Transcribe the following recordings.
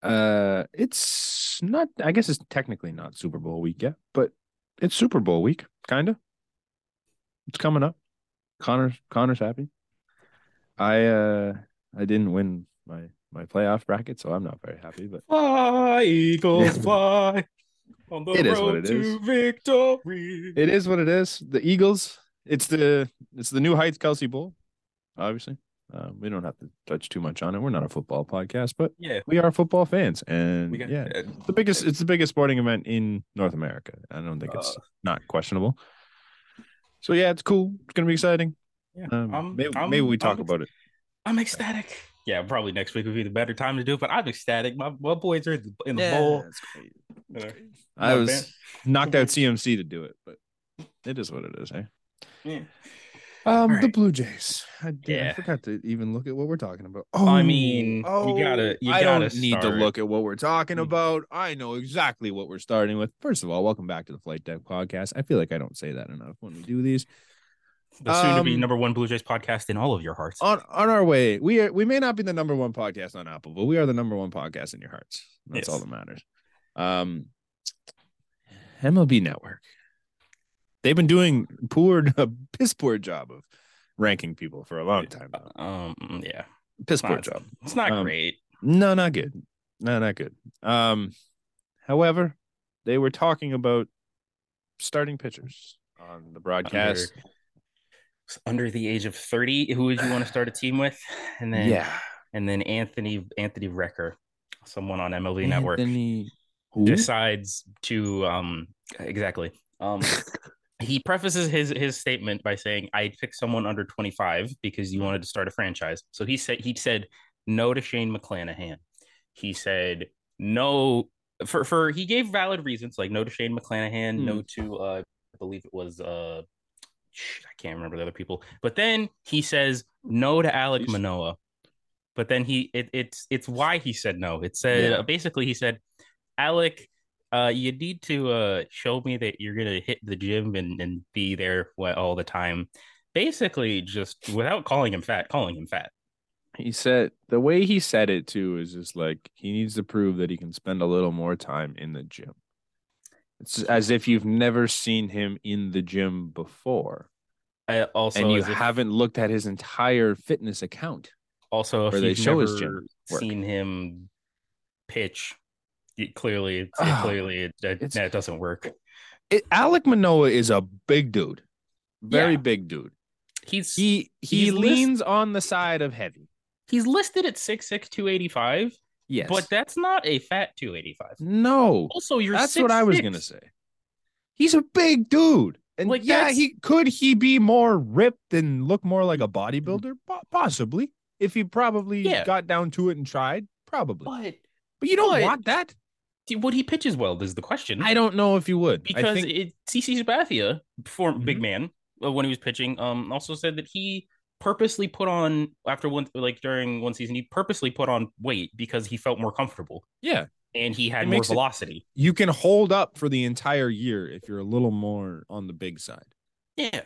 Uh, it's not. I guess it's technically not Super Bowl week yet, but it's Super Bowl week, kinda. It's coming up. Connor's Connor's happy. I uh I didn't win my my playoff bracket, so I'm not very happy. But Fly, Eagles, fly on the It is what road it to victory. it is what it is. The Eagles. It's the it's the New Heights Kelsey Bowl. Obviously, uh, we don't have to touch too much on it. We're not a football podcast, but yeah, we are football fans, and we got yeah, uh, the biggest it's the biggest sporting event in North America. I don't think Uh. it's not questionable. So yeah, it's cool. It's gonna be exciting. yeah. Um, I'm- maybe, I'm- maybe we talk I'm- about it. I'm ecstatic. Yeah, probably next week would be the better time to do it, but I'm ecstatic. My, my boys are in the, in the bowl. You know, I my was band- knocked out CMC to do it, but it is what it is, eh? Yeah. Um, the right. Blue Jays. I, did- I Yeah. forgot to even look at what we're talking about. Oh, I mean, you gotta- you I don't gotta need to start. look at what we're talking You- about. I know exactly what we're starting with. First of all, welcome back to the Flight Deck Podcast. I feel like I don't say that enough when we do these. The soon to be Um, Oh. number one Blue Jays podcast in all of your hearts. on on our way. We are we may not be the number one podcast on Apple, but we are the number one podcast in your hearts. That's Yes. all that matters. Um MLB Network. They've been doing poor a piss poor job of ranking people for a long time now. um, yeah, Piss it's poor not, job. it's not Um, great. No, not good. No, not good. Um however, they were talking about starting pitchers on the broadcast. Under, under the age of 30, who would you want to start a team with? And then Yeah. and then Anthony Anthony Recker, someone on MLB Network, Anthony- decides to um exactly um he prefaces his his statement by saying I picked someone under 25 because you wanted to start a franchise. So he said he said no to Shane McClanahan. He said no for for he gave valid reasons like no to Shane McClanahan, no to uh I believe it was uh sh- I can't remember the other people. But then he says no to Alec He's- Manoa. But then he it, it's it's why he said no. It said Yeah. basically he said Alec uh, you need to uh, show me that you're gonna hit the gym and, and be there wh- all the time. Basically, just without calling him fat, calling him fat. He said the way he said it too is just like he needs to prove that he can spend a little more time in the gym. It's as if you've never seen him in the gym before, Uh, also, and you as if- haven't looked at his entire fitness account. also if where they you've show his never gym work. seen him pitch. It clearly, it, Ah, clearly, it, that- it's- that doesn't work. It, Alec Manoa is a big dude, very Yeah. big dude. He's He he He's list- leans on the side of heavy. he's listed at six six two eighty five, Yes, but that's not a fat two eighty five. no, Also, you're that's what I was 6'6". gonna say. He's a big dude, and Like, yeah, that's- he could he be more ripped and look more like a bodybuilder, Po- possibly if he probably Yeah. got down to it and tried, probably. But, But you don't but- want that. would he pitch as well? Is the question. I don't know if you would I because think, it, CC Sabathia, former Mhm. big man, uh, when he was pitching, um, also said that he purposely put on after one like during one season, he purposely put on weight because he felt more comfortable yeah, and he had It more makes it- velocity. you can hold up for the entire year if you're a little more on the big side. yeah,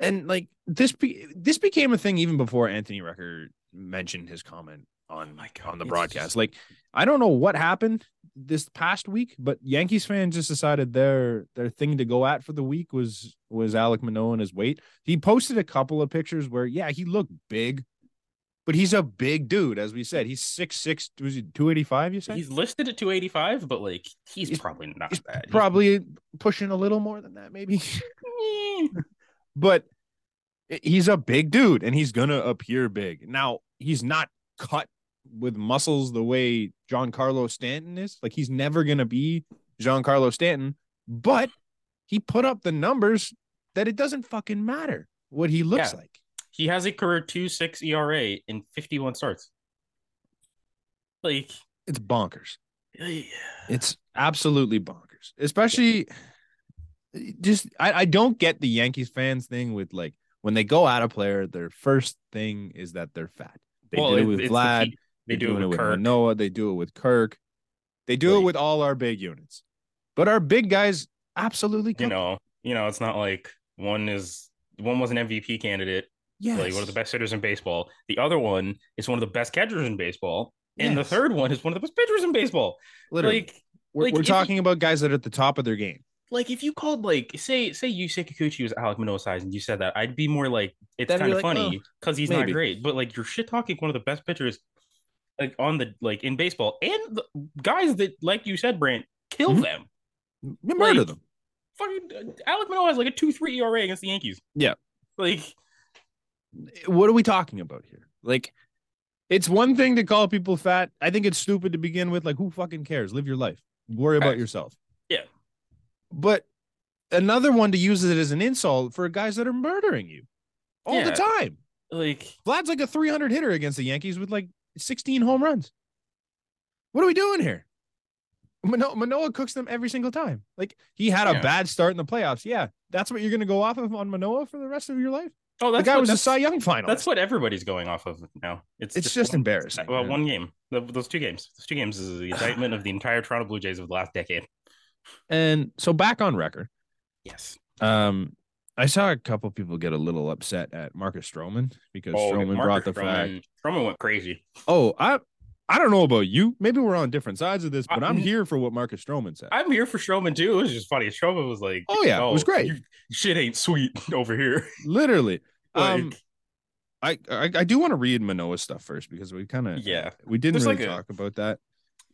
and like this be- this became a thing even before Anthony Recker mentioned his comment on Oh my God, on the it's broadcast. just- Like I don't know what happened this past week, but Yankees fans just decided their their thing to go at for the week was was Alec Manoa and his weight. He posted a couple of pictures where yeah, he looked big, but he's a big dude as we said. He's 6'6 was he 285 you said? he's listed at 285, but like he's, He's- probably not he's bad. Probably pushing a little more than that maybe. eh, but he's a big dude and he's gonna appear big. Now he's not cut with muscles the way Giancarlo Stanton is. Like he's never gonna be Giancarlo Stanton, but he put up the numbers that it doesn't fucking matter what he looks Yeah. like. he has a career 2.6 ERA in 51 starts. Like, It's bonkers. yeah. It's absolutely bonkers. Especially just I, I don't get the Yankees fans thing with like when they go at a player, their first thing is that they're fat. They Well, did it it- with it's the Vlad. Heat. They They're do doing it with Kirk. Manoa. They do it with Kirk. They do it Like- with all our big units. But our big guys absolutely you cook. know, you know, it's not like one is one was an MVP candidate, yes. like one of the best hitters in baseball. The other one is one of the best catchers in baseball. And the Yes. third one is one of the best pitchers in baseball. Literally, Like, we're, like, we're if you- talking about guys that are at the top of their game. like if you called like say say you say Kikuchi was Alec Manoa size and you said that, I'd be more like it's That'd be kind of like, "Oh, funny because he's maybe. not great. But like you're shit talking one of the best pitchers like on the like in baseball and the guys that like you said, Brant, kill Mhm. them. M- Murder Like- them. Fucking uh, Alec Manoa has like a two three ERA against the Yankees. Yeah. like What are we talking about here? Like, it's one thing to call people fat. I think it's stupid to begin with. Like, who fucking cares? Live your life. Worry about Facts. yourself. Yeah. But another one to use it as an insult for guys that are murdering you all the Yeah. time. like Vlad's like a 300 hitter against the Yankees with like 16 home runs. What are we doing here? Manoa, Manoa cooks them every single time. Like he had a Yeah. bad start in the playoffs. Yeah, that's what you're going to go off of on Manoa for the rest of your life. oh The that's guy what, was a that's, Cy Young final. that's what everybody's going off of now. It's it's just one- embarrassing. Well, man. one game, Th- those two games, those two games is the indictment of the entire Toronto Blue Jays of the last decade. and so back on record. Yes. Um, I saw a couple people get a little upset at Marcus Stroman because Stroman brought the flag. Oh, Stroman went crazy. Oh, I I don't know about you. Maybe we're on different sides of this, but I- I'm here for what Marcus Stroman said. I'm here for Stroman too. It was just funny. Stroman was like, Oh, yeah, it was great." you- shit ain't sweet over here." Literally. Like, um, I, I I do want to read Manoa's stuff first because we kind of Yeah. we didn't There's really like a- talk about that.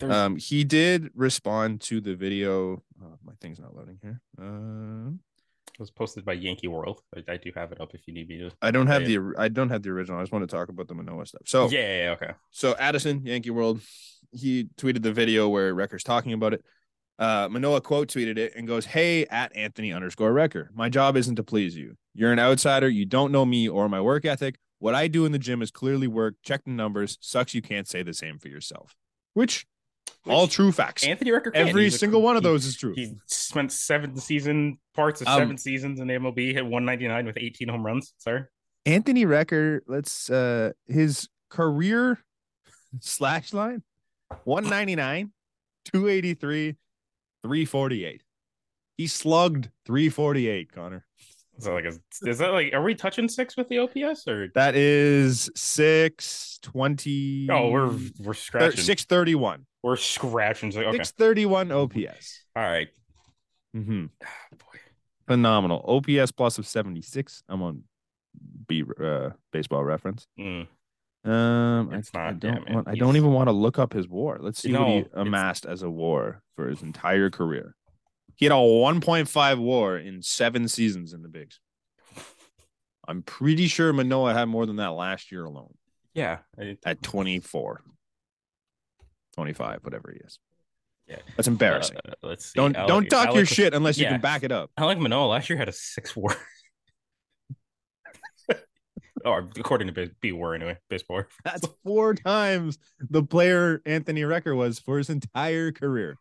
there's- Um, he did respond to the video. Oh, my thing's not loading here. Um, it was posted by Yankee World. I, I do have it up if you need me to. I don't have Right. the I don't have the original. I just want to talk about the Manoa stuff. So Yeah, yeah, yeah, okay. so Addison, Yankee World, he tweeted the video where Wrecker's talking about it. Uh, Manoa quote tweeted it and goes, Hey, at Anthony underscore Wrecker, my job isn't to please you. You're an outsider. You don't know me or my work ethic. What I do in the gym is clearly work. Check the numbers. Sucks you can't say the same for yourself, which all true facts. Anthony Rucker. can. Every He's a- single one of he- those is true. He, spent seven season parts of Um, seven seasons in the MLB. Hit 199 with 18 home runs. Sir, Anthony Recker, let's uh his career slash line 199, 283, 348. He slugged 348, Connor. is that like a, is that like are we touching six with the OPS or? That is 620. Oh, we're we're thir- scratching. 631. We're scratching. So- Okay. 631 OPS. All right. Mhm. Ah, boy. Phenomenal. OPS plus of 76. I'm on B uh, baseball reference. Mm. Um, It's I, I not- yeah, don't man, want, I don't he's- even want to look up his war. Let's see what No, he it's- amassed as a war for his entire career. He had a 1.5 war in seven seasons in the bigs. I'm pretty sure Manoa had more than that last year alone Yeah. I- at 24, 25, whatever he is. Yeah. that's embarrassing. uh, let's see. don't Alec- don't talk your Alec- shit unless you yeah. can back it up. Alec Manoa last year had a six war. or according to B- B war anyway, baseball. war. That's four times the player Anthony Recker was for his entire career.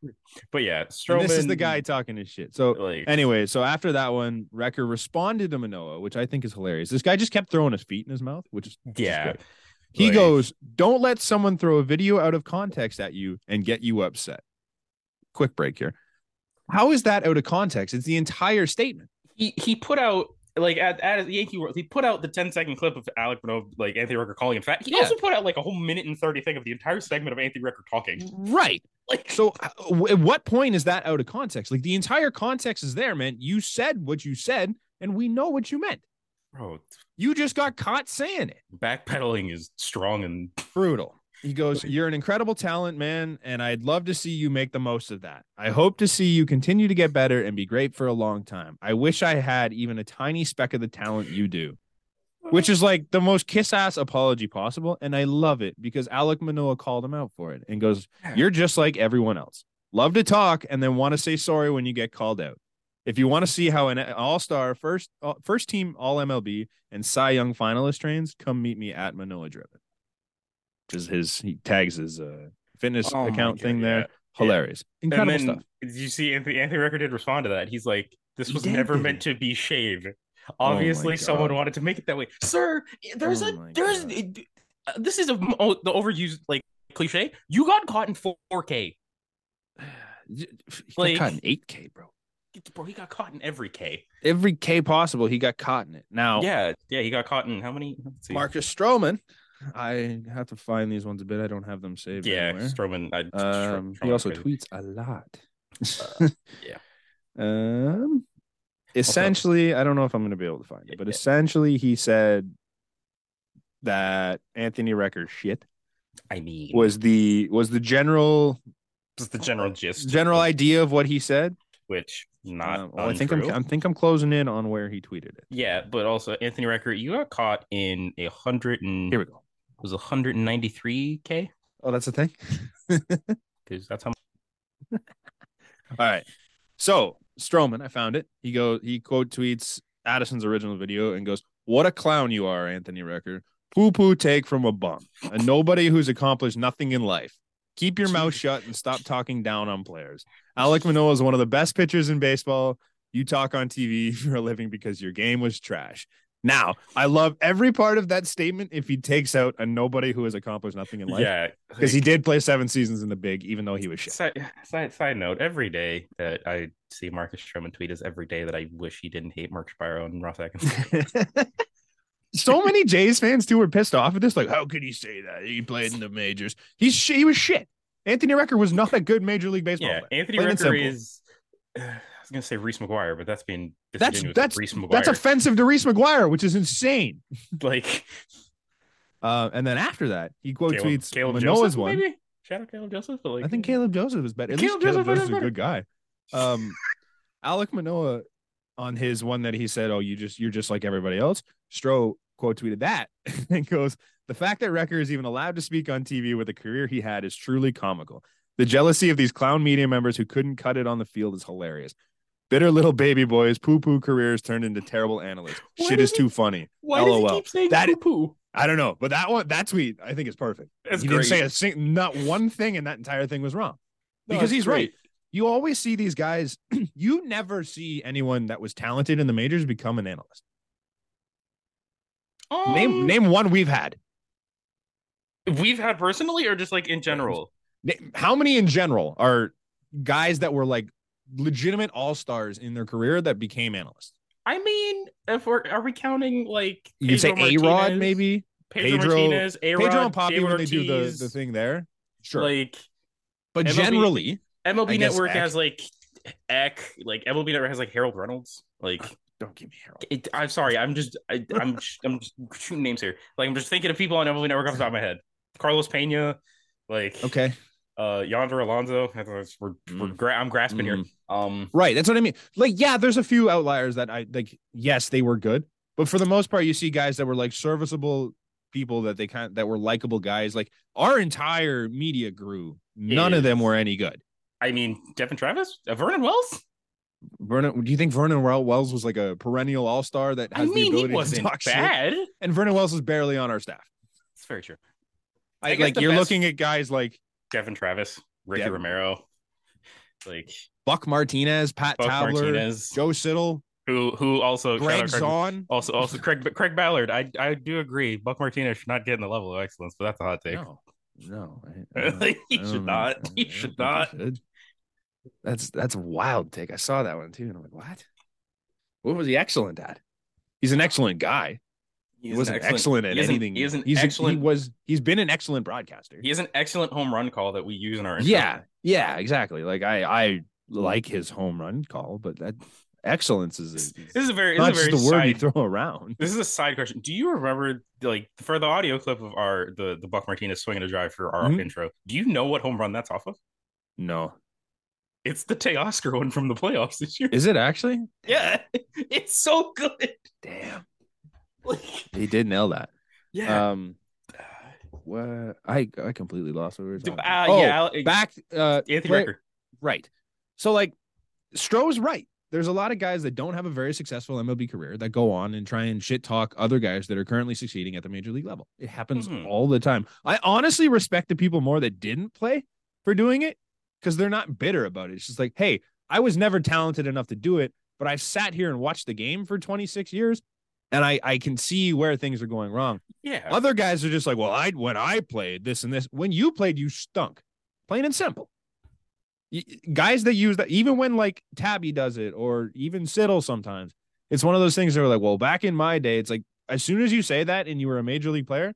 But yeah, And Stroman. this is the guy talking his shit. So Like, Anyway, so after that one, Wrecker responded to Manoa, which I think is hilarious. This guy just kept throwing his feet in his mouth, which is which is yeah, great. He Like- goes, "Don't let someone throw a video out of context at you and get you upset." Quick break here. How is that out of context? It's the entire statement. he he put out like at, at Yankee World, he put out the 10 second clip of Alec Manoa, like Anthony Rucker calling him fat. He Yeah. also put out like a whole minute and 30 thing of the entire segment of Anthony Rucker Mm. talking. Right. Like, So uh, w- at what point is that out of context? Like the entire context is there, man. You said what you said and we know what you meant. bro, You just got caught saying it. backpedaling is strong and brutal. He goes, You're an incredible talent, man, and I'd love to see you make the most of that. I hope to see you continue to get better and be great for a long time. I wish I had even a tiny speck of the talent you do, which is like the most kiss ass apology possible. And I love it because Alec Manoa called him out for it and goes, You're just like everyone else. Love to talk and then want to say sorry when you get called out. If you want to see how an all-star first uh, first team all MLB and Cy Young finalist trains, come meet me at Manoa Driven. Which is his he tags his uh, fitness Oh my account God, thing there. yeah. Hilarious. Incredible and then stuff. did you see Anthony Anthony Record did respond to that. He's like, "This He was did, never did meant to be shave. Obviously, God. someone wanted to make it that way, sir. There's Oh my a there's God. it- uh, this is a m- oh, the overused like cliche. You got caught in 4K, He like- got caught in 8K, bro. bro. He got caught in every K. Every K possible, he got caught in it. Now, Yeah, yeah. He got caught in how many? Let's see. Marcus Stroman I have to find these ones a bit. I don't have them saved. Yeah, anywhere. Strowman. I, Stro- Um, he Strowman's also crazy. tweets a lot. Uh, yeah. Um, essentially, I don't know if I'm going to be able to find it, but Yeah. essentially, he said that Anthony Recker shit I mean, was the was the general just the general gist. uh, general of idea of what he said. which not. Um, well, I think I'm untrue. I think I'm closing in on where he tweeted it. Yeah, but also Anthony Recker, you got caught in a hundred and Here it we go. was a hundred and ninety three k Oh, that's the thing. because that's how. All right. So Strowman, I found it. He goes, he quote tweets Addison's original video and goes, "What a clown you are, Anthony Recker. Poo poo take from a bum, a nobody who's accomplished nothing in life. Keep your mouth shut and stop talking down on players. Alec Manoa is one of the best pitchers in baseball. You talk on TV for a living because your game was trash." Now, I love every part of that statement if he takes out a nobody who has accomplished nothing in life. yeah, Because he like, did play seven seasons in the big, even though he was shit. Side, side, side note: Every day that I see Marcus Stroman tweet is every day that I wish he didn't hate Mark Shapiro and Ross Atkins. so many Jays fans too were pissed off at this. Like, how could he say that? He played in the majors. He's sh- he was shit. Anthony Recker was not a good major league baseball yeah, player. Anthony Plain and Recker simple. is. I was gonna say Reese McGuire, but that's being That's- disingenuous. that's- Reese McGuire. That's offensive to Reese McGuire, which is insane. like Uh, and then after that, he quote Caleb, Oh, tweets Caleb Manoa's Joseph, one. maybe. Shout out Caleb Joseph, but like I think yeah. Caleb Joseph was better. At Caleb least Caleb Joseph was Joseph is a better. good guy. Um, Alec Manoa on his one that he said, "Oh, you just you're just like everybody else." Stro quote tweeted that and goes, "The fact that Recker is even allowed to speak on TV with the career he had is truly comical. The jealousy of these clown media members who couldn't cut it on the field is hilarious. Bitter little baby boys, poo poo careers turned into terrible analysts. Why Shit is does too funny. Why does LOL. he keep saying That is- that poo? I don't know, but that one that tweet I think is perfect. That's he great. didn't say a sing- not one thing, and that entire thing was wrong." No, because it's he's great. right. You always see these guys. you never see anyone that was talented in the majors become an analyst. name Um, name one we've had. we've had personally or just like in general Name- How many in general are guys that were like legitimate all stars in their career that became analysts? i mean if we're are we counting like You could say A Pedro Rod, Martinez- maybe pedro, Pedro- martinez a Pedro and Poppy when they do the, the thing there. Sure, like but MLB generally, I mlb guess network Eck. has like Eck, like mlb network has like harold reynolds like don't give me Harold. it, i'm sorry i'm just I, i'm just, i'm just shooting names here like i'm just thinking of people on mlb network off the top of my head carlos pena like Okay, Mm. uh yonder alonso I don't know, it's- we're, we're gra- i'm grasping here um Right. That's what I mean. Like, yeah, there's a few outliers that I like. Yes, they were good, but for the most part, you see guys that were like serviceable people that they kind that were likable guys. Like our entire media grew. None of them Is- were any good. i mean devin travis uh, vernon wells Vernon, do you think Vernon Wel- Wells was like a perennial all star that I has mean, the he ability to wasn't talk shit? bad. And Vernon Wells is barely on our staff. It's very true. I I, guess like the you're best- looking at guys like Devin Travis, Ricky Devin- Romero, like Buck Martinez, Pat Buck Tabler, Martinez, Joe Siddle, who who also shout Greg out Craig, Zahn. also also Craig but Craig Ballard. I I do agree. Buck Martinez should not get in the level of excellence, but that's a hot take. No, no, I- I don't- Like, he I don't should know. not. I- I He don't should think he not. should. That's that's a wild take. I saw that one too, and I'm like, what? What was he excellent at? He's an excellent guy. He, is an wasn't excellent, at he is an- anything. He is an he's a- excellent. he was. He's been an excellent broadcaster. he is an excellent home run call that we use in our intro. yeah, yeah, exactly. Like I, I like his home run call, but that excellence is, This is this is a very this not is a just very the word you side throw around. This is a side question. Do you remember, like, for the audio clip of our the the Buck Martinez swinging a drive for our Mhm. intro? Do you know what home run that's off of? No, It's the Teoscar one from the playoffs this year. is it actually? Yeah, it's so good. Damn, Like, he did nail that. yeah, Um, what? I I completely lost what we were Do- talking. uh, about. Oh, yeah. I'll- back uh Anthony play- Recker. right so like stroh's right there's a lot of guys that don't have a very successful mlb career that go on and try and shit talk other guys that are currently succeeding at the major league level it happens Mhm. all the time i honestly respect the people more that didn't play for doing it because they're not bitter about it it's just like hey i was never talented enough to do it but i've sat here and watched the game for 26 years and i i can see where things are going wrong Yeah, other guys are just like, well, I when I played this and this. When you played, you stunk. Plain and simple. Y- guys that use that, even when like Tabby does it, or even Siddle sometimes, it's one of those things that are like, well, back in my day, it's like as soon as you say that and you were a major league player,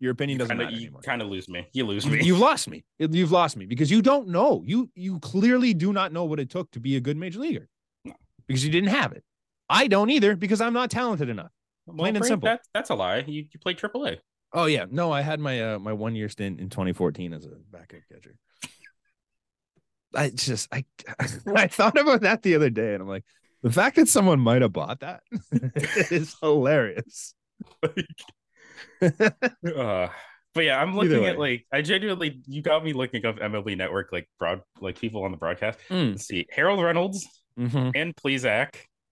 Your opinion doesn't Kinda- matter you anymore. kind of lose me. You lose You- me. You've lost me. You've lost me because you don't know. You you clearly do not know what it took to be a good major leaguer because you didn't have it. I don't either because I'm not talented enough. Well, plain and Frank, simple. That, that's a lie. You, you played AAA. Oh yeah, no, I had my uh, my one year stint in 2014 as a backup catcher. I just I I thought about that the other day, and I'm like, the fact that someone might have bought that is hilarious. Uh, but yeah, I'm looking Either at like I genuinely you got me looking up MLB Network like broad like people on the broadcast. Mm, Let's see, Harold Reynolds mhm, and Plezak.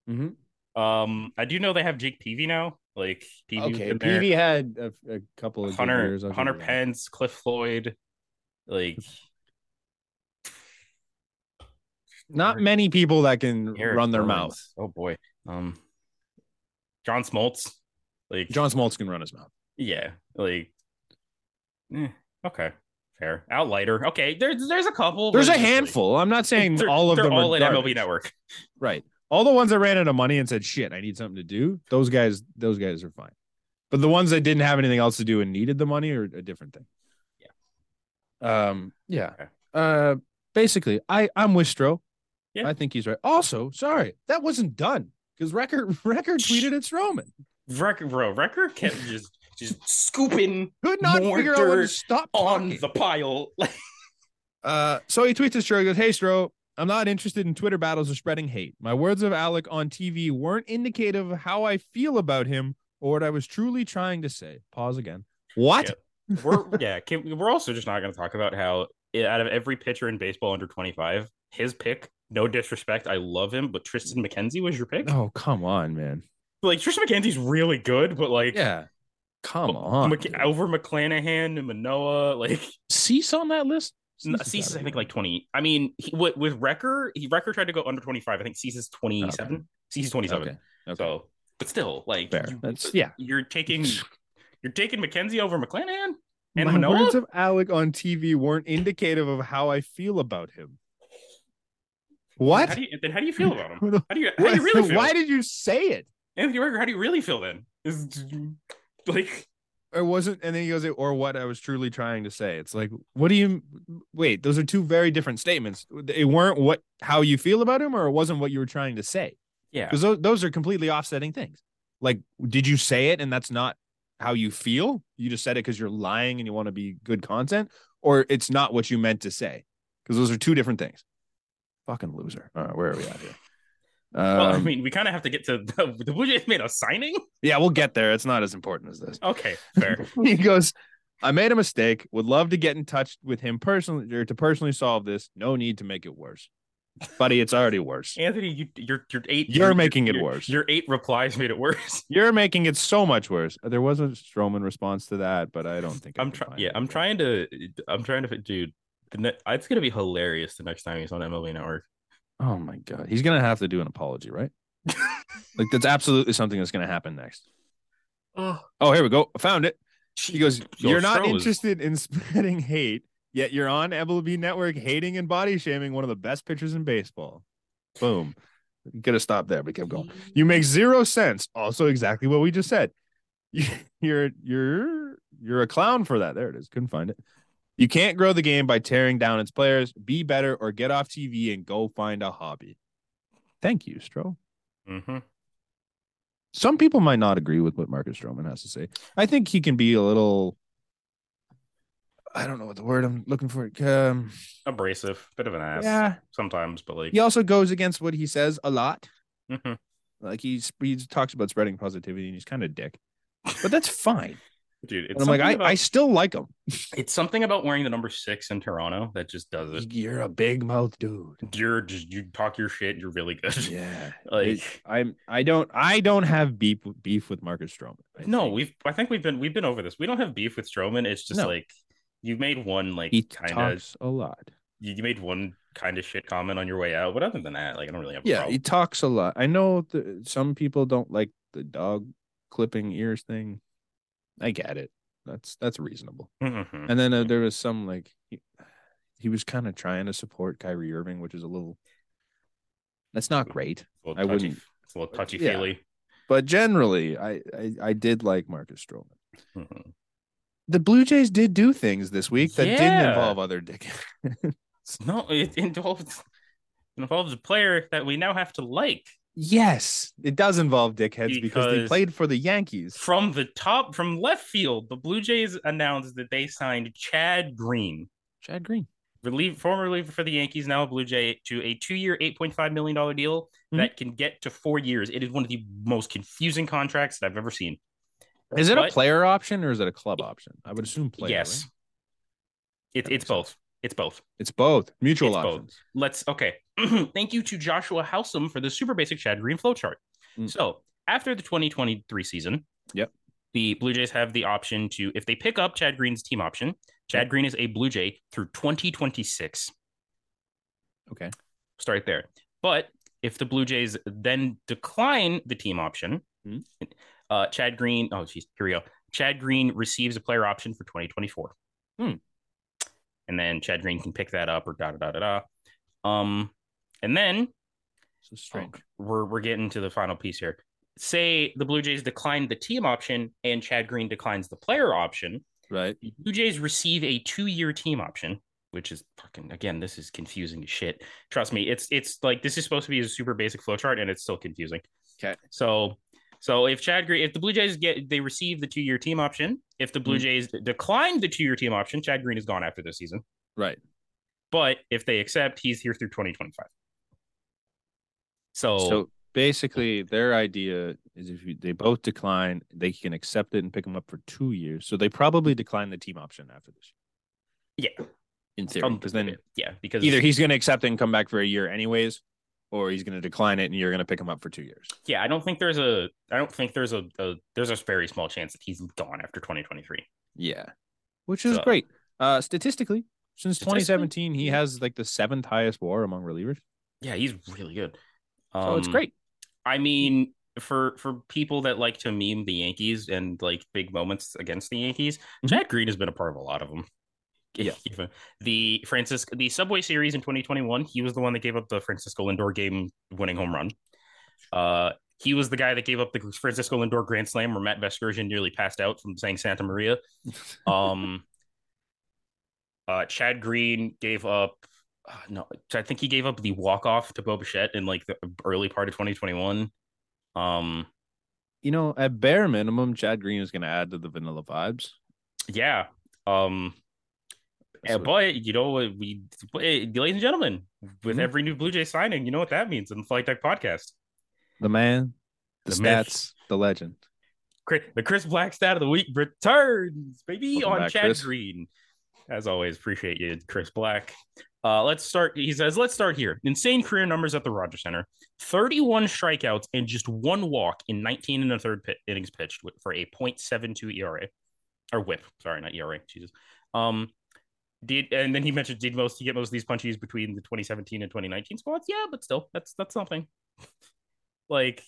mhm. Um, I do know they have Jake Peavy now. Like Peavy, was Okay, in there. PV had a, a couple of good Hunter years, I'll give Hunter you that. Pence, Cliff Floyd. Like Not Eric- many people that can Eric run their Burns. mouth. Oh boy. Um, John Smoltz. Like John Smoltz can run his mouth. Yeah, like, eh, okay, fair. Outlighter. Okay, there's there's a couple. There's a but just, like, handful. I'm not saying they're- all of they're them all are at MLB garbage. Network. Right. All the ones that ran out of money and said, "Shit, I need something to do." Those guys, those guys are fine. But the ones that didn't have anything else to do and needed the money are a different thing. Yeah. Um. Yeah. Okay. Uh. Basically, I I'm with Stro. Yeah. I think he's right. Also, sorry, that wasn't done because record record tweeted it's Roman. Wrecker, bro, Wrecker kept just just scooping Could not More figure out when to dirt stop on talking. the pile. Like, Uh, so he tweets at Stro. He goes, "Hey Stro, I'm not interested in Twitter battles or spreading hate. My words of Alec on TV weren't indicative of how I feel about him or what I was truly trying to say." Pause again. What? we're yeah, can, we're also just not going to talk about how eh, out of every pitcher in baseball under 25, his pick. No disrespect, I love him, but Tristan McKenzie was your pick. Oh, come on, man. Like Tristan McKenzie's really good, but like Yeah. Come on. Mc- over McClanahan and Manoa, like Cease on that list? No, Cease is Cease is, outta I think, here. like 20. I mean, he, with, with Wrecker, he Wrecker tried to go under 25. I think Cease is 27. Cease is 27. Okay. okay. So, but still, like, Fair. That's- yeah. You're taking, you're taking McKenzie over McClanahan and My Manoa. words of Alec on TV weren't indicative of how I feel about him. How What? do you, then how do you feel about him? Who the- How do you, how do you really feel? Why did you say it? Anthony Wrecker, how do you really feel then? Is like, it wasn't and then he goes or what i was truly trying to say it's like what do you wait those are two very different statements they weren't what how you feel about him or it wasn't what you were trying to say yeah, because those, those are completely offsetting things like did you say it and that's not how you feel you just said it because you're lying and you want to be good content or it's not what you meant to say because those are two different things fucking loser all right where are we at here well, I Um, mean, we kind of have to get to the, the we just made a signing. yeah we'll get there it's not as important as this Okay, fair. he goes, I made a mistake. Would love to get in touch with him personally or to personally solve this. No need to make it worse. Buddy, it's already worse. Anthony, you, you're you're eight. You're making it your- worse. Your eight replies made it worse. You're making it so much worse. There was a Strowman response to that, but I don't think I I'm can trying. find Yeah, it I'm again. trying to. I'm trying to. Dude, the ne- it's gonna be hilarious the next time he's on MLB Network. Oh my god, he's gonna have to do an apology, right? like that's absolutely something that's gonna happen next. Oh, Oh, here we go. I Found it. He goes, Yo, You're not Stro is- interested in spreading hate, yet you're on MLB Network hating and body shaming one of the best pitchers in baseball. Boom. Could have stopped there, but kept going. You make zero sense. Also, exactly what we just said. You're you're you're a clown for that. There it is. Couldn't find it. You can't grow the game by tearing down its players. Be better or get off TV and go find a hobby. Thank you, Stro. Mhm. Some people might not agree with what Marcus Stroman has to say. I think he can be a little. I don't know what the word I'm looking for. Um, abrasive, bit of an ass yeah, sometimes, but like, he also goes against what he says a lot. mhm. Like he sp- he talks about spreading positivity, and he's kind of dick, but that's fine. dude, And it's I'm like, something I, about, I still like him. it's something about wearing the number six in Toronto that just does it. You're a big mouth dude. You're just you talk your shit. You're really good. Yeah, Like, I'm. I don't. I don't have beef beef with Marcus Stroman. I no, think we've. I think we've been we've been over this. We don't have beef with Strowman. It's just No. like you made one like he kind of talks a lot. you, you made one kind of shit comment on your way out. But other than that, like I don't really have. A Yeah, problem. he talks a lot. I know the, some people don't like the dog clipping ears thing. I get it. That's that's reasonable. Mhm. And then uh, there was some like he, he was kind of trying to support Kyrie Irving, which is a little that's not great. It's a little I touchy- wouldn't- It's a little touchy Yeah. feely. Mm-hmm. But generally, I I, I did like Marcus Stroman. the Blue Jays did do things this week that didn't Yeah. involve other dick. No, it involves it involves a player that we now have to like Yes, it does involve dickheads because, they Because- played for the Yankees. from the top from left field. The Blue Jays announced that they signed Chad Green, Chad Green. relief former reliever for the Yankees, now a Blue Jay, to a two-year, eight point five million dollar deal Mhm. that can get to four years. It is one of the most confusing contracts that I've ever seen. Is it a But- player option or is it a club option? I would assume player. yes, right? It- That it's makes sense. both. It's both. It's both mutual It's both. options. let's okay. Thank you to Joshua Howsam for the super basic Chad Green flowchart. Mm. So after the 2023 season, Yep. the Blue Jays have the option to, if they pick up Chad Green's team option, Chad Green is a Blue Jay through 2026. Okay. Start there. But if the Blue Jays then decline the team option, Mm. uh, Chad Green, oh, geez, here we go. Chad Green receives a player option for 2024. Hmm. And then Chad Green can pick that up or da da da da da. Um, and then So strange. we're we're getting to the final piece here. Say the Blue Jays decline the team option and Chad Green declines the player option. Oh, Right. The Blue Jays receive a two-year team option, which is fucking again, this is confusing as shit. Trust me, it's it's like this is supposed to be a super basic flowchart and it's still confusing. Okay. So so if Chad Green, if the Blue Jays get they receive the two-year team option, if the Blue Mhm. Jays decline the two-year team option, Chad Green is gone after this season. Right. But if they accept, he's here through 2025. So, So basically, their idea is if you, they both decline, they can accept it and pick them up for two years. So they probably decline the team option after this. yeah, In theory, um, because then yeah, because either he's going to accept it and come back for a year anyways, or he's going to decline it and you're going to pick him up for two years. yeah, I don't think there's a I don't think there's a, a there's a very small chance that he's gone after 2023. Yeah, which is So- great. Uh, statistically, since Statistically, 2017, he yeah. has like the seventh highest WAR among relievers. Yeah, he's really good. Um, So it's great. I mean, for for people that like to meme the Yankees and like big moments against the Yankees, Mhm. Chad Green has been a part of a lot of them. Yeah. Even The Francisco the Subway Series in 2021, he was the one that gave up the Francisco Lindor game winning home run. Uh, he was the guy that gave up the Francisco Lindor grand slam where Matt Vescursion nearly passed out from saying Santa Maria. Um, uh, Chad Green gave up. Uh, no, I think he gave up the walk off to Bo Bichette in like the early part of 2021. Um, You know, at bare minimum, Chad Green is going to add to the vanilla vibes. yeah. Um, That's and- what- but you know, we, eh, ladies and gentlemen, with Mhm. every new Blue Jay signing, you know what that means in the Flight Deck podcast. the man, the, The myth. stats, the legend. Chris, the Chris Black stat of the week returns, baby, Welcome on back, Chad Chris. Green. As always, appreciate you, Chris Black. Uh, let's start. He says, let's start here. Insane career numbers at the Rogers Center 31 strikeouts and just one walk in 19 and a third pit, innings pitched with- for a 0.72 ERA E or whip. Sorry, not ERA. Jesus. Um, did and then he mentioned did most he get most of these punchies between the 2017 and 2019 squads? Yeah, but still, that's that's something. like,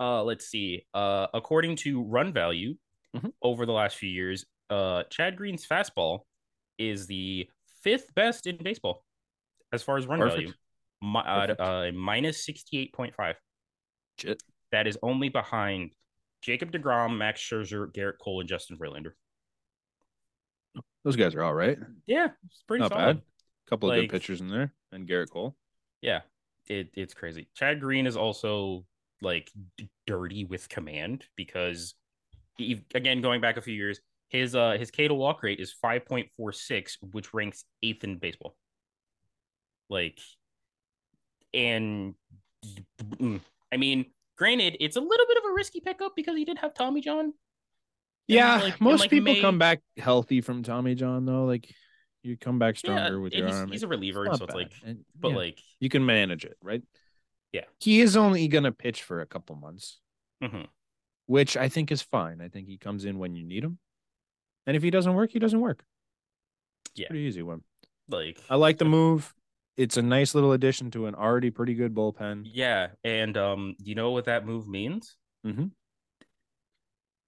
uh, let's see. Uh, according to Run Value, Mhm. over the last few years, uh, Chad Green's fastball is the fifth best in baseball as far as run Perfect. value, Mi- uh, Perfect. uh, minus 68.5. Shit. That is only behind Jacob DeGrom, Max Scherzer, Garrett Cole, and Justin Verlander. Those guys are all right. Yeah, it's pretty Not solid. bad. couple of good Like- pitchers in there and Garrett Cole. Yeah, it, it's crazy. Chad Green is also like d- dirty with command because, he, again, going back a few years, his uh his K to walk rate is five point four six, which ranks eighth in baseball. Like, and mm, I mean, granted, it's a little bit of a risky pickup because he did have Tommy John. Yeah, like- and most like people May- come back healthy from Tommy John though. Like you come back stronger with and your he's, arm. he's It's a reliever, not so it's bad. like, And, but yeah, like, you can manage it, right? Yeah. He is only gonna pitch for a couple months, mhm. which I think is fine. I think he comes in when you need him, and if he doesn't work, he doesn't work. It's Yeah. pretty easy one. like I like the move. It's a nice little addition to an already pretty good bullpen. Yeah, and um, you know what that move means? Mhm.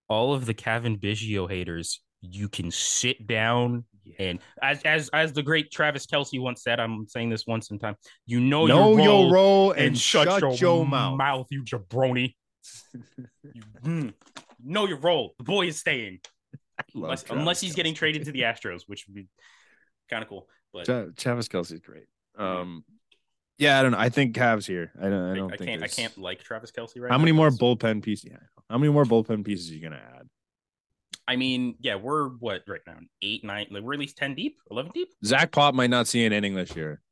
All of the Kevin Biggio haters, you can sit down and as as as the great Travis Kelsey once said, I'm saying this once in time. You know, know your role, role and, shut, your, mouth. you jabroni. You, mm, know your role. The boy is staying. Love unless, Travis unless he's getting Kelce. traded to the Astros, which would be kind of cool. But I, Tra- Travis Kelsey's great. Um, yeah, I don't know. I think Cavs here. I don't. I don't I think. can't. I there's- can't like Travis Kelsey right. How now, many more so- bullpen pieces? Yeah, I know. how many more bullpen pieces are you gonna add? I mean, yeah, we're what right now? Eight, nine. Like we're at least ten deep, eleven deep. Zach Pop might not see an inning this year.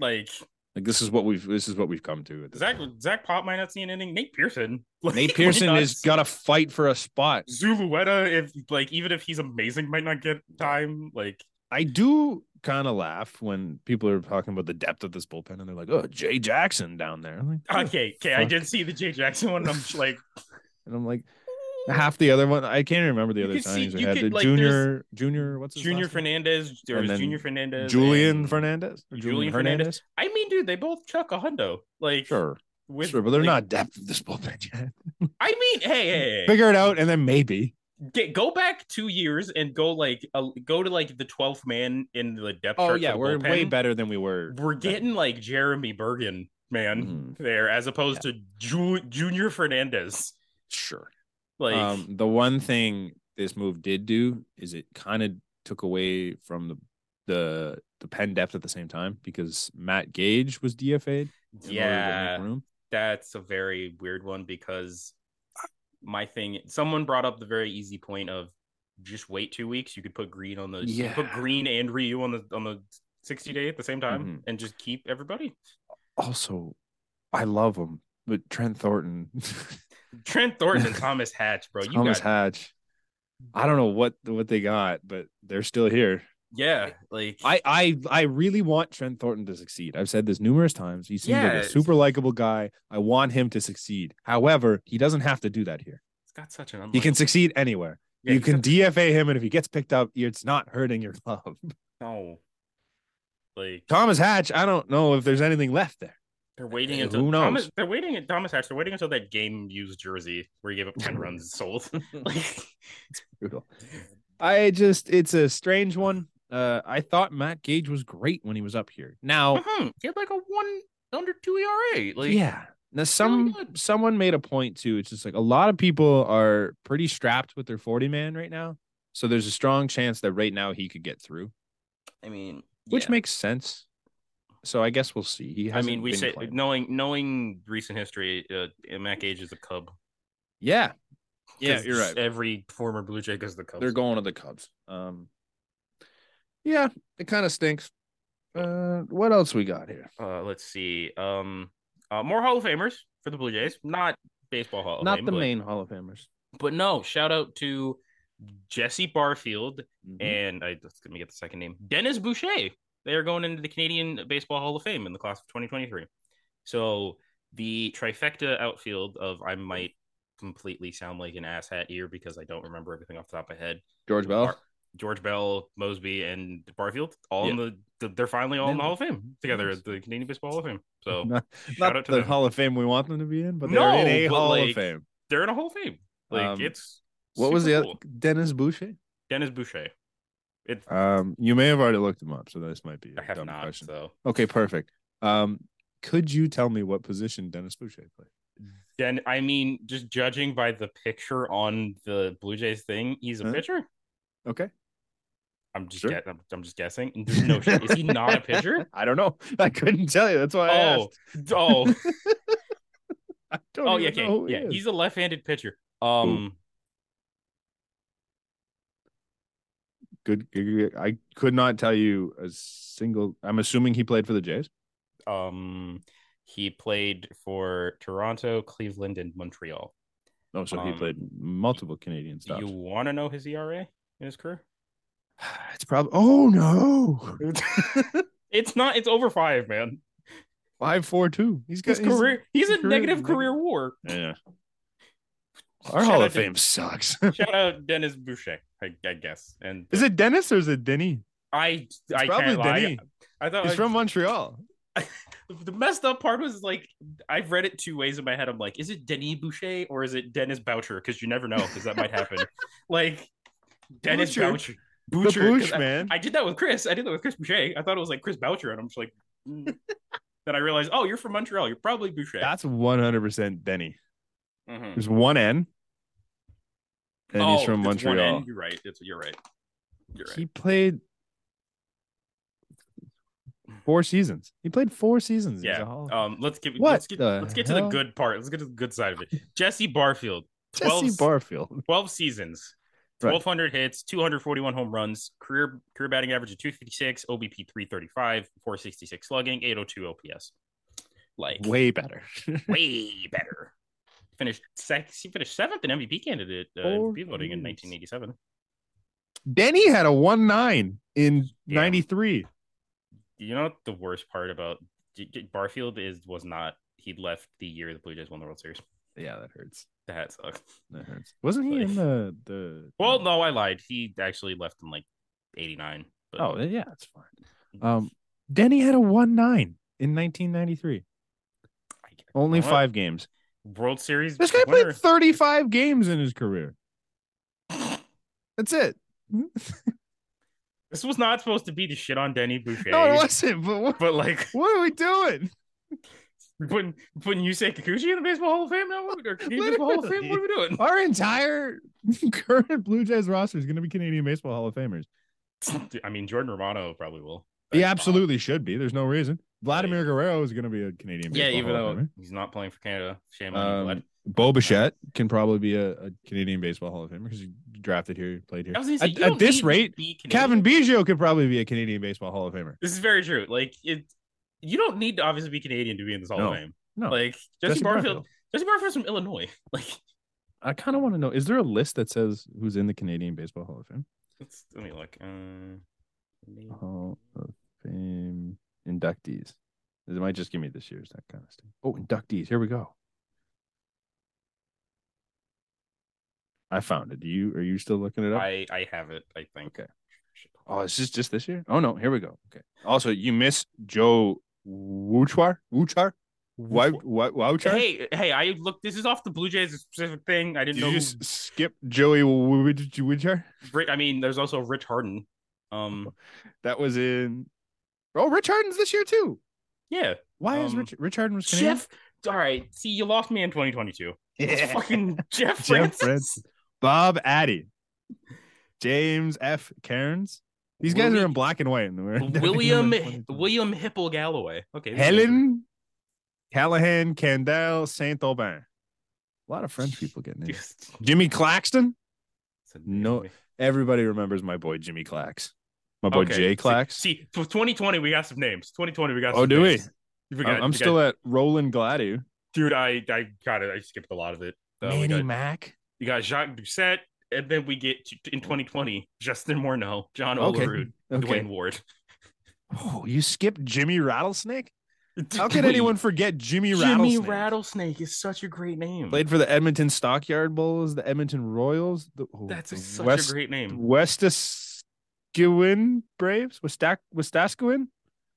Like Like this is what we've this is what we've come to. At this. Zach, Zach Pop might not see an inning. Nate Pearson, like, Nate Pearson might not has got to fight for a spot. see- Zulueta. If like even if he's amazing, might not get time. Like I do kind of laugh when people are talking about the depth of this bullpen and they're like, "Oh, Jay Jackson down there," I'm like, "Oh." okay, okay, I fuck. did see the Jay Jackson one. And I'm just like, and I'm like, half the other one. I can't remember the You other could see- signings we you had. could, the like, junior, junior, what's his last Junior name? Fernandez. There And was then Junior Fernandez. Julian and- Fernandez, Or Julian Julian Fernandez. Hernandez. I mean, dude, they both chuck a hundo. Like Sure, with- sure, but they're like- not depth of this bullpen yet. I mean, hey, hey, hey. Figure it out, and then maybe. Get, go back two years and go like a, go to like the twelfth man in the depth. Oh chart yeah, for the we're way bullpen. better than we were. We're getting like Jeremy Bergen, man, Mhm. there as opposed to Ju- Junior Fernandez. Sure. Like, um, the one thing this move did do is it kind of took away from the the the pen depth at the same time because Matt Gage was DFA'd. in order to make yeah, room. that's a very weird one because my thing. Someone brought up the very easy point of just wait two weeks. You could put Green on the you could put Yeah. Green and Ryu on the on the sixty day at the same time Mhm. and just keep everybody. Also, I love him, but Trent Thornton, Trent Thornton and Thomas Hatch, bro. You Thomas got Hatch. I don't know what what they got, but they're still here. yeah, like I I I really want Trent Thornton to succeed. I've said this numerous times. He seems like Yeah. a super likable guy. I want him to succeed. However, he doesn't have to do that here. it's got such an He unlike- can succeed anywhere. yeah, you he's can got- DFA him, and if he gets picked up, it's not hurting your club. no like Thomas Hatch, I don't know if there's anything left there. they're waiting who until knows? Thomas, they're waiting at Thomas Hatch. They're waiting until that game used jersey where he gave up ten runs is sold. Like Brutal. I just, it's a strange one. Uh, I thought Matt Gage was great when he was up here. Now, mhm, he had like a one under two ERA. Like Oh. yeah. Now some good. someone made a point too. It's just like a lot of people are pretty strapped with their 40 man right now. So there's a strong chance that right now he could get through, I mean, which yeah. makes sense. So I guess we'll see. He I hasn't mean, we been say playing. knowing knowing recent history, uh, Mac Age is a Cub. Yeah. Yeah, 'Cause you're right. Every former Blue Jay goes to the Cubs. They're going to the Cubs. Um, yeah, it kind of stinks. Uh, what else we got here? uh, let's see. Um, uh, more Hall of Famers for the Blue Jays, not baseball Hall of Not Fame, the but, main Hall of Famers. but no. Shout out to Jesse Barfield Mhm. and I just let me get the second name, Dennis Boucher. They are going into the Canadian Baseball Hall of Fame in the class of 2023. So the trifecta outfield of I might completely sound like an asshat here because I don't remember everything off the top of my head. George Bell. Bar- George Bell, Mosby, and Barfield, all in the, th- they're finally all in the Yeah. Hall of Fame together Nice. at the Canadian Baseball Hall of Fame. So not shout not out to the them. Hall of Fame we want them to be in, but they're No, in a but, Hall like, of Fame. they're in a Hall of Fame. Like Um, it's What was the super other? cool. Dennis Boucher? Dennis Boucher? It's Um, you may have already looked him up, so this might be a I have dumb not. question. So Okay, perfect. Um, could you tell me what position Dennis Boucher played? then I mean, just judging by the picture on the Blue Jays thing, he's a Huh? pitcher. Okay, I'm just Sure. guess- I'm, I'm just guessing. And There's no shit. Is he not a pitcher? I don't know. I couldn't tell you. That's why I Oh, asked. oh, I don't oh, yeah, even know okay. who he yeah. is. He's a left-handed pitcher. Um, Good, good- good- I could not tell you a single. I'm assuming he played for the Jays. um, he played for Toronto, Cleveland, and Montreal. No, Oh, so he Um, played multiple Canadian stops. You want to know his ERA in his career? It's probably. Oh no, It's not. It's over five, man. five four two. He's got His career. He's his a career negative is career war. Yeah, our Shout Hall out of to- Fame sucks. Shout out Dennis Boucher, I, I guess. And is it Dennis or is it Denny? I I probably can't lie. Uh, Denny. I thought He's I- from Montreal. the messed up part was like I've read it two ways in my head. I'm like, is it Denis Boucher or is it Dennis Boucher? Because you never know, because that might happen. like Dennis Boucher. Boucher, The Boucher. 'cause Boosh I, man. I did that with Chris. I did that with Chris Boucher. I thought it was like Chris Boucher, and I'm just like, mm. then I realized, oh, you're from Montreal. You're probably Boucher. Mm-hmm. That's one hundred percent Denny. Mhm. There's one N. and he's from Oh, it's one Montreal. end. You're right. It's, you're right. You're right. He played four seasons. He played four seasons. He was yeah. a Hall- Um. Let's get What let's get the let's get to the hell? good part. Let's get to the good side of it. Jesse Barfield. 12, Jesse Barfield. 12 seasons, Right. 1,200 hits, 241 home runs, career career batting average of 256, OBP 335, 466 slugging, 802 OPS. Like way, Way better. better. Finished sec- he finished seventh in MVP candidate uh, in Four MVP voting in years. 1987. Denny had a one nine in Damn. ninety three. You know what the worst part about J- J- Barfield is was not he left the year the Blue Jays won the World Series. Yeah, that hurts. That sucks. That hurts. Wasn't he in the the? Well, no, I lied. He actually left in like 89. But Oh yeah, that's fine. Um, Denny had a one nine in nineteen ninety three. I- you Only know what? five games. World Series. This guy winner. played thirty five games in his career. That's it. no, This was not supposed to be the shit on Denny Boucher. it wasn't. But what, But like what are we doing? we're putting putting Yusei Kikuchi in the Baseball Hall of Fame now, or Canadian Baseball Hall of Fame. What are we doing? Our entire current Blue Jays roster is going to be Canadian Baseball Hall of Famers. I mean, Jordan Romano probably will. He That's absolutely should be. There's no reason. Vladimir Guerrero is going to be a Canadian. fine. Yeah, Baseball even Hall of though Famer. he's not playing for Canada, shame on you, Um, Vlad. Bo Bichette can probably be a, a Canadian Baseball Hall of Famer because he drafted here, played here. I was gonna say, At, you at don't need this to rate, be Canadian. Kevin Biggio could probably be a Canadian Baseball Hall of Famer. This is very true. Like it, you don't need to obviously be Canadian to be in this Hall No, of Fame. no. like Jesse, Barfield. Jesse Barfield's from Illinois. Like, I kind of want to know: is there a list that says who's in the Canadian Baseball Hall of Fame? let's, let me look. Uh, Hall of Fame inductees. It might just give me this year's that kind of stuff. Oh, inductees. Here we go. I found it. Do you are you still looking it up? I I have it. I think. Okay. Oh, is this just this year? Oh no, here we go. Okay. Also, you miss Joe Wuchar. Wuchar. Why? Why? Wuchar. Hey, hey, I look. This is off the Blue Jays specific thing. I Did didn't you know. who- just skip Joey Wuchar? Ri- I mean, there's also Rich Harden. Um, That was in. Oh, Rich Harden's this year too. yeah, Why is Um, Rich Rich Harden was Canadian? Jeff. All right, see, you lost me in 2022. It's fucking Jeff Jeff Francis. Francis. Bob Addy, James F. Cairns. These guys are Willie- in black and white. And they're- they're William in 2020. William Hipple Galloway. Okay, this is easy. Helen Callahan Candel Saint Aubin. A lot of French people getting in. Just- Jimmy Claxton. it's a No, name. Everybody remembers my boy Jimmy Clax. My boy Okay, Jay see- Clax. See, for 2020 we got some names. 2020 we got. Oh, some do we? names. we? I'm- I'm still at Roland Gladu. dude. I I got it. I skipped a lot of it. Uh, we got- Mack. You got Jacques Doucette, and then we get to, in 2020 Justin Morneau, John Okay. Olerud, Okay. Dwayne Ward. Oh, you skipped Jimmy Rattlesnake? How Dude, could anyone forget Jimmy, Jimmy Rattlesnake? Rattlesnake is such a great name. Played for the Edmonton Stockyard Bulls, the Edmonton Royals, the oh, That's a, the such West a great name. Westaskewin Braves, Westak Westaskewin,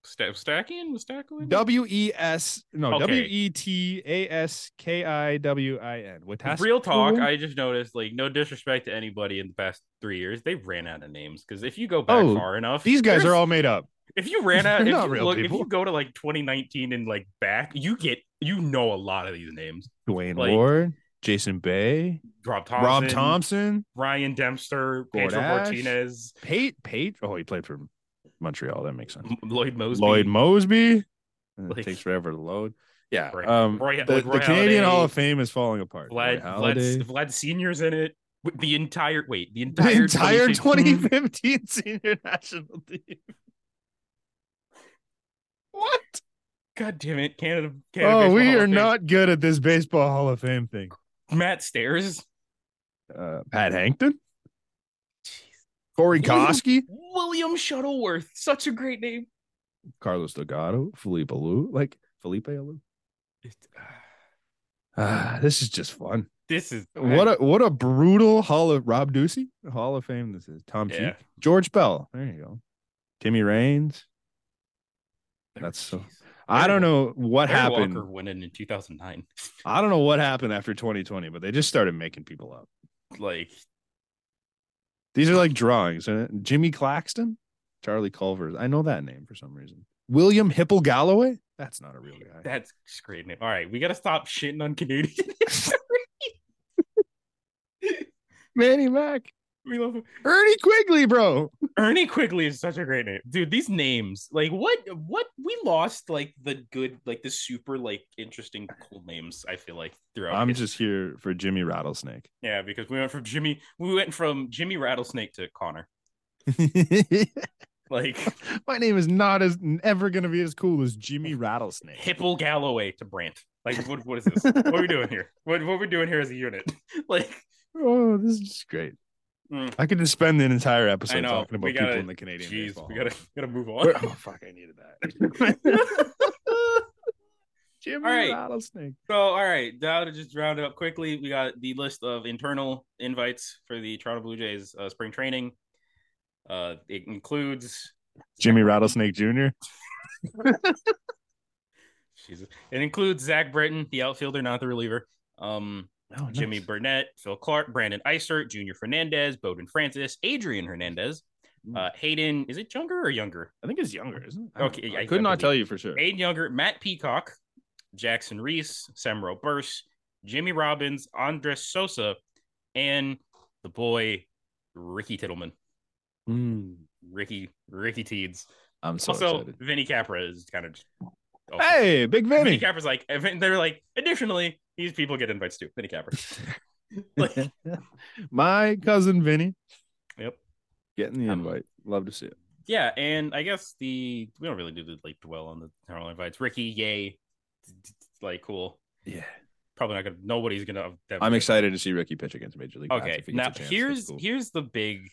Sta- Stackian was Stackian. W E S no Okay. W E T A S K I W I N. Wetas- Real talk. Win? I just noticed, like, no disrespect to anybody in the past three years, they ran out of names. Because if you go back Oh, far enough, These guys there's- are all made up. If you ran out, they're if you, not real look, if people. you go to like 2019 and like back, you get you know a lot of these names. Dwayne Like- Ward, Jason Bay, Rob Thompson, Rob Thompson, Ryan Dempster, Gord Pedro Ash. Martinez, Pate Pate. Oh, he played for Montreal. That makes sense. M- Lloyd Mosby, Lloyd Mosby. And it Like- takes forever to load. Yeah. Right. Um, Roy- like the, Roy the Canadian Halladay, Hall of Fame is falling apart. Roy Vlad, Vlad, Halladay. Vlad Senior's in it. Wait, The entire wait, the the entire entire 2015 2015 senior national team. What? God damn it, Canada. Canada Oh, Baseball we Hall of are Fame. not good at this Baseball Hall of Fame thing. Matt Stairs, Uh, Pat Hankton, Corey Koski, William Shuttleworth, such a great name. Carlos Delgado, Felipe Alou, like Felipe Alou. It's- uh, Ah, this is just fun. This is What a what a brutal Hall of Rob Ducey Hall of Fame. This is Tom yeah. Cheek, George Bell. There you go. Timmy Raines. That's so- Jeez. I don't know what Larry happened. Walker winning in 2009. I don't know what happened after 2020, but they just started making people up. Like These are like drawings. uh, Jimmy Claxton, Charlie Culver. I know that name for some reason. William Hipple Galloway. That's not a real guy. that's a great name. All right, we gotta stop shitting on Canadian. Manny Mac, We love him. Ernie Quigley, bro. Ernie Quigley is such a great name, dude. These names, like what, what we lost, like the good, like the super, like interesting, cool names. I feel like throughout. I'm history. just here for Jimmy Rattlesnake. yeah, because we went from Jimmy, we went from Jimmy Rattlesnake to Connor. Like My name is not as ever gonna be as cool as Jimmy Rattlesnake. Hipple Galloway to Brant. Like what, what is this? what are we doing here? What, what we're doing here as a unit? like Oh, this is just great. Mm. I could just spend an entire episode know. talking about We gotta- people in the Canadian Jeez, baseball. we gotta gotta move on. Hall. oh fuck, I needed that. Jimmy All right. Rattlesnake. So all right, now to just round it up quickly, we got the list of internal invites for the Toronto Blue Jays uh, spring training. Uh, it includes Jimmy Rattlesnake Jr. Jesus, it includes Zach Britton, the outfielder, not the reliever. Um, Oh, nice. Jimmy Burnett, Phil Clark, Brandon Isert, Junior Fernandez, Bowden Francis, Adrian Hernandez, Mm. uh, Hayden. Is it Younger or Younger? I think it's younger, isn't it? I, Okay, don't know. I- I could I not believe- tell you for sure. Aiden Younger, Matt Peacock, Jackson Reese, Samro Burse, Jimmy Robbins, Andres Sosa, and the boy Ricky Tittleman. Mm, Ricky Ricky Teeds. I'm so also, excited. Vinny Capra is kind of. Oh, Hey, Big Vinny Vinny. Capra's like they're like. Additionally, these people get invites too. Vinny Capra. like, My cousin Vinny yep. getting the Um, invite. Love to see it. Yeah, and I guess the we don't really do the like dwell on the general invites. Ricky, yay, like cool. Yeah. Probably not gonna. Nobody's gonna. I'm excited to see Ricky pitch against Major League. Bats okay if he gets now a chance. here's That's cool. here's the big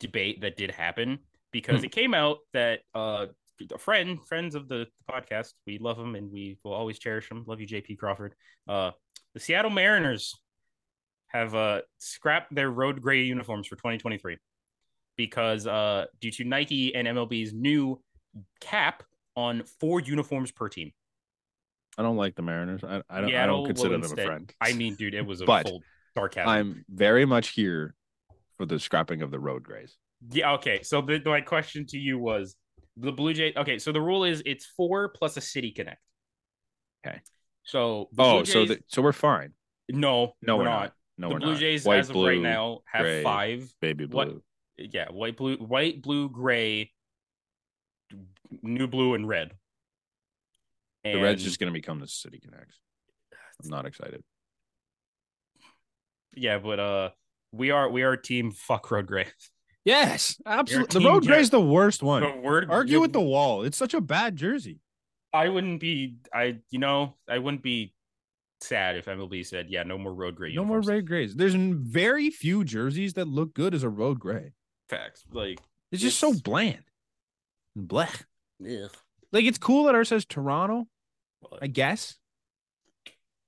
debate that did happen because Hmm. it came out that uh a friend friends of the podcast we love them and we will always cherish them love you jp crawford uh the seattle mariners have uh scrapped their road gray uniforms for 2023 because uh due to nike and mlb's new cap on four uniforms per team I don't like the Mariners. I, I don't. I Seattle don't will consider them instead- a friend. i mean dude it was a But full sarcasm I'm very much here for the scrapping of the road grays. Yeah. Okay. So the, my question to you was the Blue Jay. Okay. So the rule is it's four plus a city connect. Okay. So the Oh, Blue so Jays- the, so we're fine. no, No, we're, not. No, the we're Blue not. Jays, White, as of blue, right now, have gray. five. baby what- blue. Yeah, white, blue, white, blue, gray, new blue, and red. The Reds just gonna become the City Connects. I'm not excited. yeah, but uh, we are we are team fuck road gray. Yes, absolutely. absolutely. team The road Jared. gray's the worst one. But we're Argue with the wall. It's such a bad jersey. I wouldn't be I you know I wouldn't be sad if MLB said yeah no more road gray No more uniforms." red grays. There's n- very few jerseys that look good as a road gray. facts like It's just so Yes. bland. And Blech. yeah Like it's cool that ours says Toronto, I guess.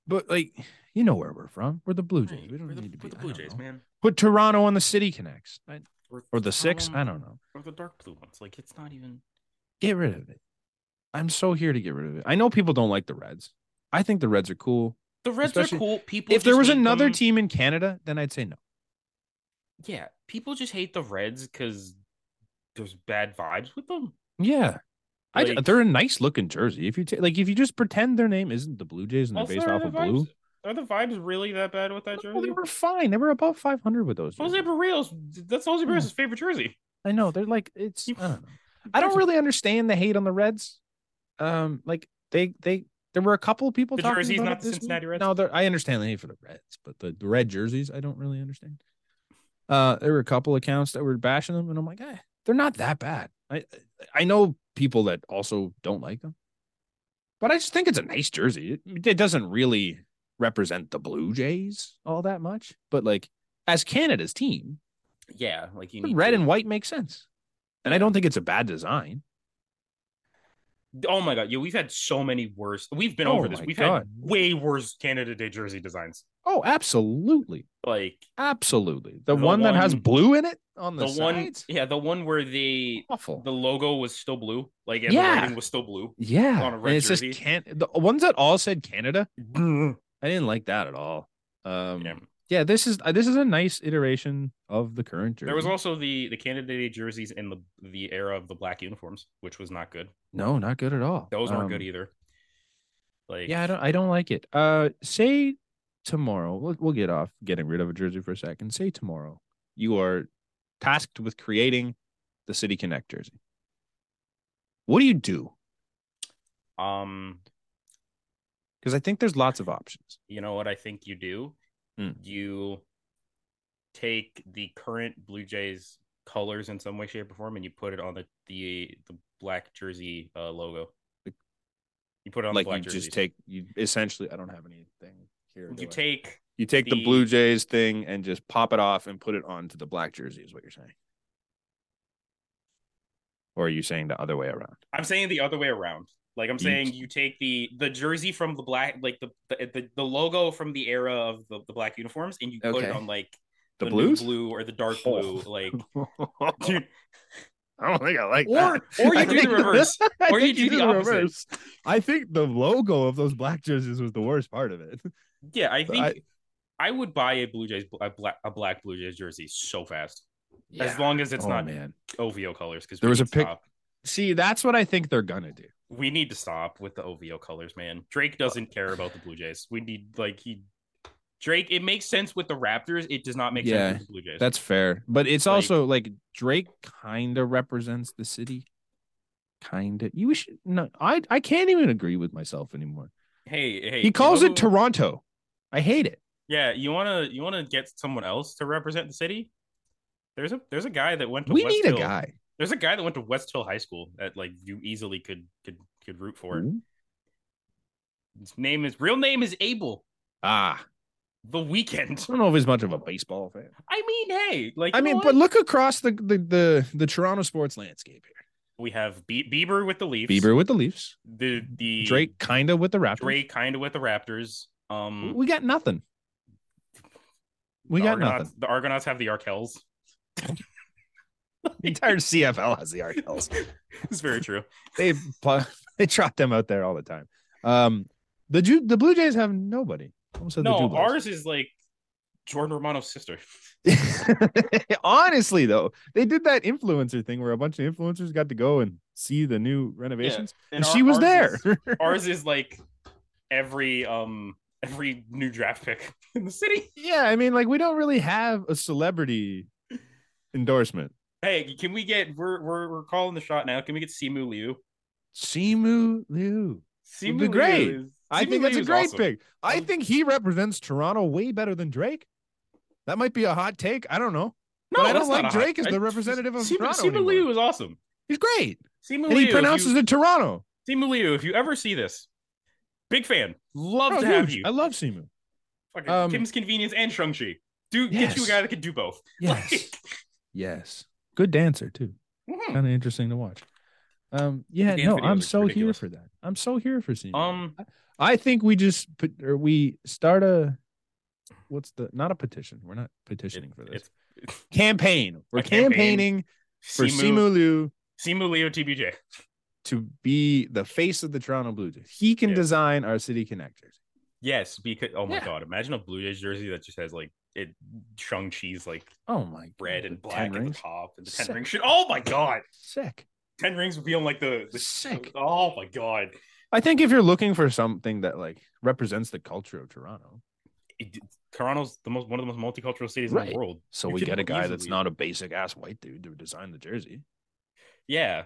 But like, you know where we're from. Hmm. We're the Blue Jays. We don't we're the, need to be we're the I Blue don't Jays know. man Put Toronto on the City Connects I- or the six. Toronto- I don't know. or the dark blue ones like it's not even Get rid of it. I'm so here to get rid of it. I know people don't like the Reds. I think the Reds are cool. the Reds Especially- are cool people If there just was hate another them- team in Canada, then I'd say no. yeah people just hate the Reds because there's bad vibes with them Yeah. I d Like- they're a nice looking jersey. If you ta- like, if you just pretend their name isn't the Blue Jays and they're Also, based are off the of vibes- blue, are the vibes really that bad with that well, they jersey were fine. They were above 500 with those. Jose jerseys. Barrios that's Hmm. Jose Barrios' favorite jersey I know they're like it's. You- I don't know. I don't really understand the hate on the Reds. Um, like they they there were a couple of people The talking jerseys, about not it the this Cincinnati week. Reds? No, they're- I understand the hate for the Reds, but the, the red jerseys I don't really understand. Uh, there were a couple accounts that were bashing them, and I'm like, eh, they're not that bad. I I know people that also don't like them, but I just think it's a nice jersey. It, it doesn't really represent the Blue Jays all that much, but like as Canada's team, yeah like you the need red to- and white makes sense. And I don't think it's a bad design. Oh my god, yo, we've had so many worse. We've been Oh over this. my We've had God. way worse Canada Day jersey designs. Oh, absolutely. Like Absolutely. The, The one, that has one- blue in it on the, the, one, sides. yeah, the one where the Awful. the logo was still blue, like and Yeah. the writing was still blue. yeah. on a red and it's jersey. just can the ones that all said Canada. yeah. I didn't like that at all. Um yeah, this is uh, this is a nice iteration of the current jersey. There was also the the Canada Day jerseys in the the era of the black uniforms, which was not good. no, not good at all. Those weren't Um, good either. Like Yeah, I don't I don't like it. Uh say tomorrow, we'll, we'll get off getting rid of a jersey for a second. Say tomorrow, you are tasked with creating the City Connect jersey. What do you do? Um, Because I think there's lots of options. you know what I think you do? Hmm. You take the current Blue Jays colors in some way, shape, or form, and you put it on the the, the black jersey uh, logo. Like- You put it on like the black you jersey. just take you essentially. I don't have anything here. do you I? take you take the, the- Blue Jays thing and just pop it off and put it onto the black jersey. Is what you're saying? Or are you saying the other way around? I'm saying the other way around. Like I'm You- saying you take the the jersey from the black like the the, the, the logo from the era of the, the black uniforms and you put Okay. it on like The, new blues? blue or the dark Oh. blue like Dude, I don't think I like or that. or I you do the think- reverse. I Or you think do the opposite. I think the logo of those black jerseys was the worst part of it. Yeah, I think I- I, would buy a Blue Jays a black a black Blue Jays jersey so fast as long as it's oh, not man. OVO colors because There was a pic- Stop. See, that's what I think they're gonna do. We need to stop with the OVO colors, man. Drake doesn't care about the Blue Jays. We need like he Drake. It makes sense with the Raptors. It does not make Yeah, sense with the Blue Jays. That's fair, but it's Like- also like Drake kind of represents the city. Kind of. You should no. I I can't even agree with myself anymore. hey hey. He you calls know it who- Toronto. I hate it. Yeah, you wanna you wanna get someone else to represent the city. There's a there's a guy that went to We West need Hill. a guy. There's a guy that went to West Hill High School that like you easily could could could root for. Mm-hmm. Hmm? His name is real name is Abel. Ah, The weekend. I don't know if he's much of a baseball fan. I mean, hey, like I you know mean, what? but look across the the the, the Toronto sports landscape we have Be- Bieber with the Leafs. here. Bieber with the Leafs, the the Drake kind of with the Raptors. Drake kind of with the Raptors. Um, We got nothing. We the got Argonauts, nothing. The Argonauts have the Arkells. The entire CFL has the Arkells. It's very true. They pl- they trot them out there all the time. Um, the Ju- the Blue Jays have nobody. Almost said no, the ours is like Jordan Romano's sister. Jubilees. Honestly, though, they did that influencer thing where a bunch of influencers got to go and see the new renovations, and, our- she was ours there. is- ours is like every um every new draft pick in the city. yeah, I mean, like we don't really have a celebrity endorsement. Hey, can we get we're we're, we're calling the shot now? Can we get Simu Liu? Simu Liu. Simu be great. Liu is- I Simu think that's Liu a is great awesome. pick. I Um, think he represents Toronto way better than Drake. That might be a hot take. I don't know. No, But I don't that's like not a hot- Drake as the I- representative of Simu, Toronto Simu Liu anymore. is awesome. He's great. Simu And Liu, he if pronounces you, it Toronto. Simu Liu, if you ever see this, big fan. Love Bro, to have Oh, huge. you. I love Simu. Fucking um, Kim's Convenience and Shang-Chi. Do get you Yes. a guy that can do both. Yes. Like, yes. Good dancer too. mhm. Kind of interesting to watch. Um, yeah, The dance no, videos I'm are so ridiculous. here for that. I'm so here for Simu. Um, I think we just put or we start a what's the not a petition. We're not petitioning for this. it's campaign. We're A campaign. campaigning for Simu, Simu Liu Simu Liu TBJ. to be the face of the Toronto Blue Jays. He can Yeah. design our city connectors. Yes, because oh my Yeah. god, imagine a Blue Jays jersey that just has like it Shang-Chi's like Oh my red God, and the black Ten at the rings. top and the ten Sick. rings should oh my god. Sick. Ten rings would be on like the, the Sick. Oh my god. I think if you're looking for something that like represents the culture of Toronto, It- Toronto's the most one of the most multicultural cities in Right. the world. so You we could get a guy that's easily- not a basic ass white dude to design the jersey, Yeah.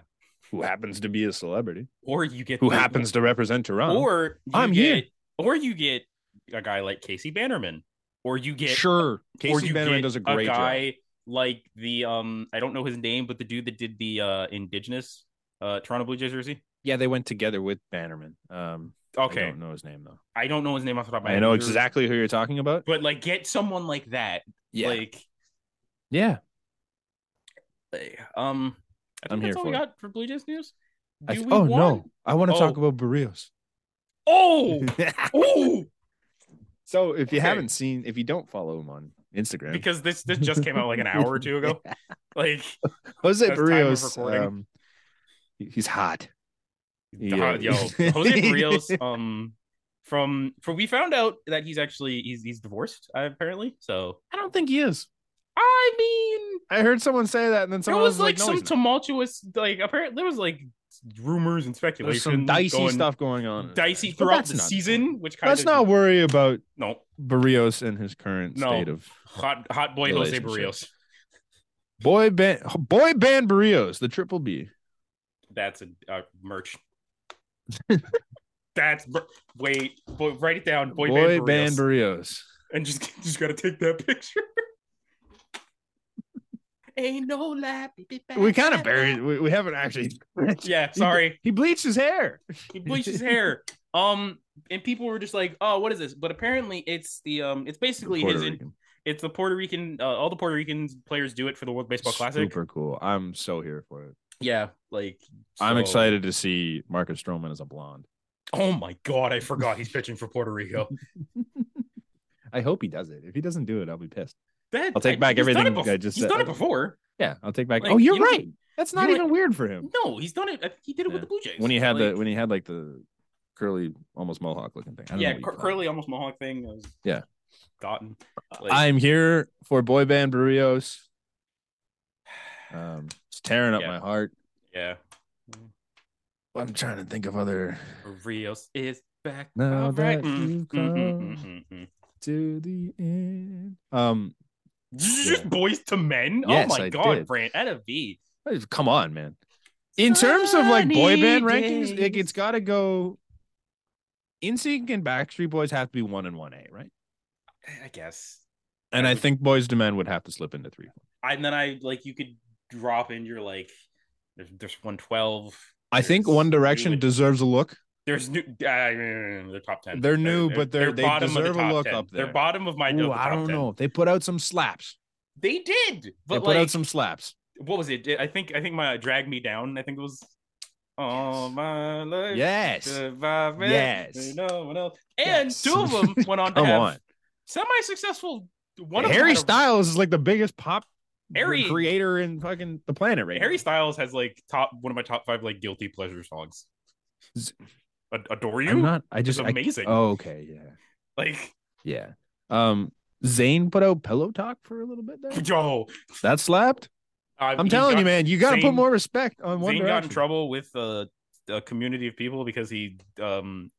who happens to be a celebrity, Or you get who the- happens to represent Toronto. or you I'm get, here. or you get a guy like Casey Bannerman, or you get sure, or Casey you Bannerman get does a great job. guy like the um I don't know his name, but the dude that did the uh indigenous uh Toronto Blue Jays jersey. Yeah, they went together with Bannerman. Um, I Okay, don't know his name though. I don't, know his name off the top of my I head. know either, exactly who you're talking about. but like get someone like that. Yeah, Like yeah. eh, um, I think I'm that's here all we for it. got for Blue Jays news. I Do th- we oh want- no, I want to talk Oh. about Barrios. Oh, oh, so if you Okay. haven't seen, if you don't follow him on Instagram, because this this just came out like an hour or two ago. Like, Jose that's time of Barrios, recording. um, he- he's hot. Yeah. Yeah. Yo, Jose Barrios, um, from from we found out that he's actually he's he's divorced uh, apparently. So I don't think he is. I mean, I heard someone say that, and then there someone was was, like, no, some he's not. tumultuous like apparently there was like rumors and speculation. There's some dicey going- stuff going on. Dicey But throughout that's the not- season, which kind Let's of not worry about no Barrios and his current No. state of hot hot boy Jose Relationship. Barrios. boy band. Boy band Barrios, the triple B. That's a uh, merch. That's mer- wait, boy, write it down, boy, band, Barrios. Barrios. and just just gotta take that picture. Ain't no lap. We kind of buried. We, we haven't actually. Yeah, sorry. He bleached his hair. he bleached his hair. Um, and people were just like, "Oh, what is this?" But apparently, it's the um, it's basically Puerto his. Rican. It's the Puerto Rican. Uh, all the Puerto Rican players do it for the World Baseball Classic. Super cool. I'm so here for it. Yeah, like I'm so- excited to see Marcus Stroman as a blonde. Oh my god, I forgot he's pitching for Puerto Rico. I hope he does it. If he doesn't do it, I'll be pissed. That I'll take I- back he's done everything it bef- I just he's said. done it before. Yeah, I'll take back. Like, oh, you're you know- right. That's not you know- even weird for him. No, he's done it. I think he did it with Yeah. the Blue Jays When he had like, the when he had like the curly, almost mohawk looking thing. I don't know yeah, what you cur- call it. curly almost mohawk thing. I was Yeah. gotten. Like, I'm here for boy band Barrios. Um, it's tearing up Yeah. my heart. yeah, I'm trying to think of other Rios is back. Now All that Mm, you've mm, mm, come. mm, mm, mm. to the end. Um, Just Yeah. boys to men. Yes, oh my I god, did. Brant, at a V. come on, man. In terms of like boy band Sunny rankings, like days. it's got to go. InSync and Backstreet Boys have to be one and one A, right? I guess. And I think Boys to Men would have to slip into three. And then I like you could drop in your like. There's there's one twelve. I think There's One Direction new- deserves a look. There's new. Uh, they're top ten. They're new, but they're- they bottom of the deserve a top look 10. up They're there. bottom of my. of Ooh, the I top don't 10. know. They put out some slaps. They did, They but put like, out some slaps. what was it? I think I think my uh, drag me down. I think it was. Oh my life. Yes. Surviving. Yes. No one else. And Yes. two of them went on to Come have on. semi-successful. One of them Harry had a- Styles is like the biggest pop Harry- creator in fucking the planet right Harry now. Styles has like top one of my top five like guilty pleasure songs. Z- Ad- Adore you I'm not. I is just. I, amazing. oh, okay. Yeah. like Yeah. Um, Zayn put out Pillow Talk for a little bit there. yo, That slapped. I'm telling you, man, you got to Zayn- put more respect on One Zane got in Direction. trouble with uh, a community of people because he um,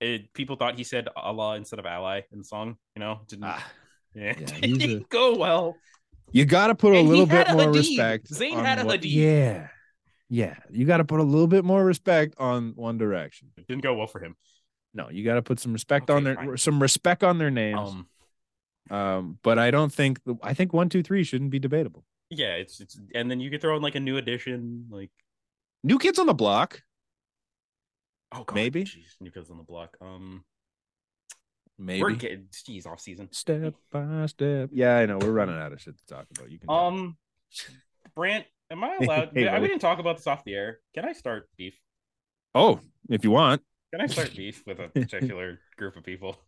it, people thought he said Allah instead of ally in the song. You know, didn't Ah, yeah. yeah, he's a- didn't go well. you got to put a And he little had bit a more Hadid. respect. Zayn on had a what- Hadid. Yeah. Yeah. You got to put a little bit more respect on One Direction. It didn't go well for him. No, you got to put some respect Okay, on their fine. some respect on their names. Um, Um, but I don't think I think one, two, three shouldn't be debatable. yeah, it's it's and then you could throw in like a new edition, like New Kids on the Block, oh god, Maybe. jeez, new kids on the block. Um, maybe. we're getting geez off season. Step by step. Yeah, I know we're running out of shit to talk about. You can. tell. Um, Brant, am I allowed? Hey, I, we buddy. didn't talk about this off the air. Can I start beef? oh, if you want, Can I start beef with a particular group of people?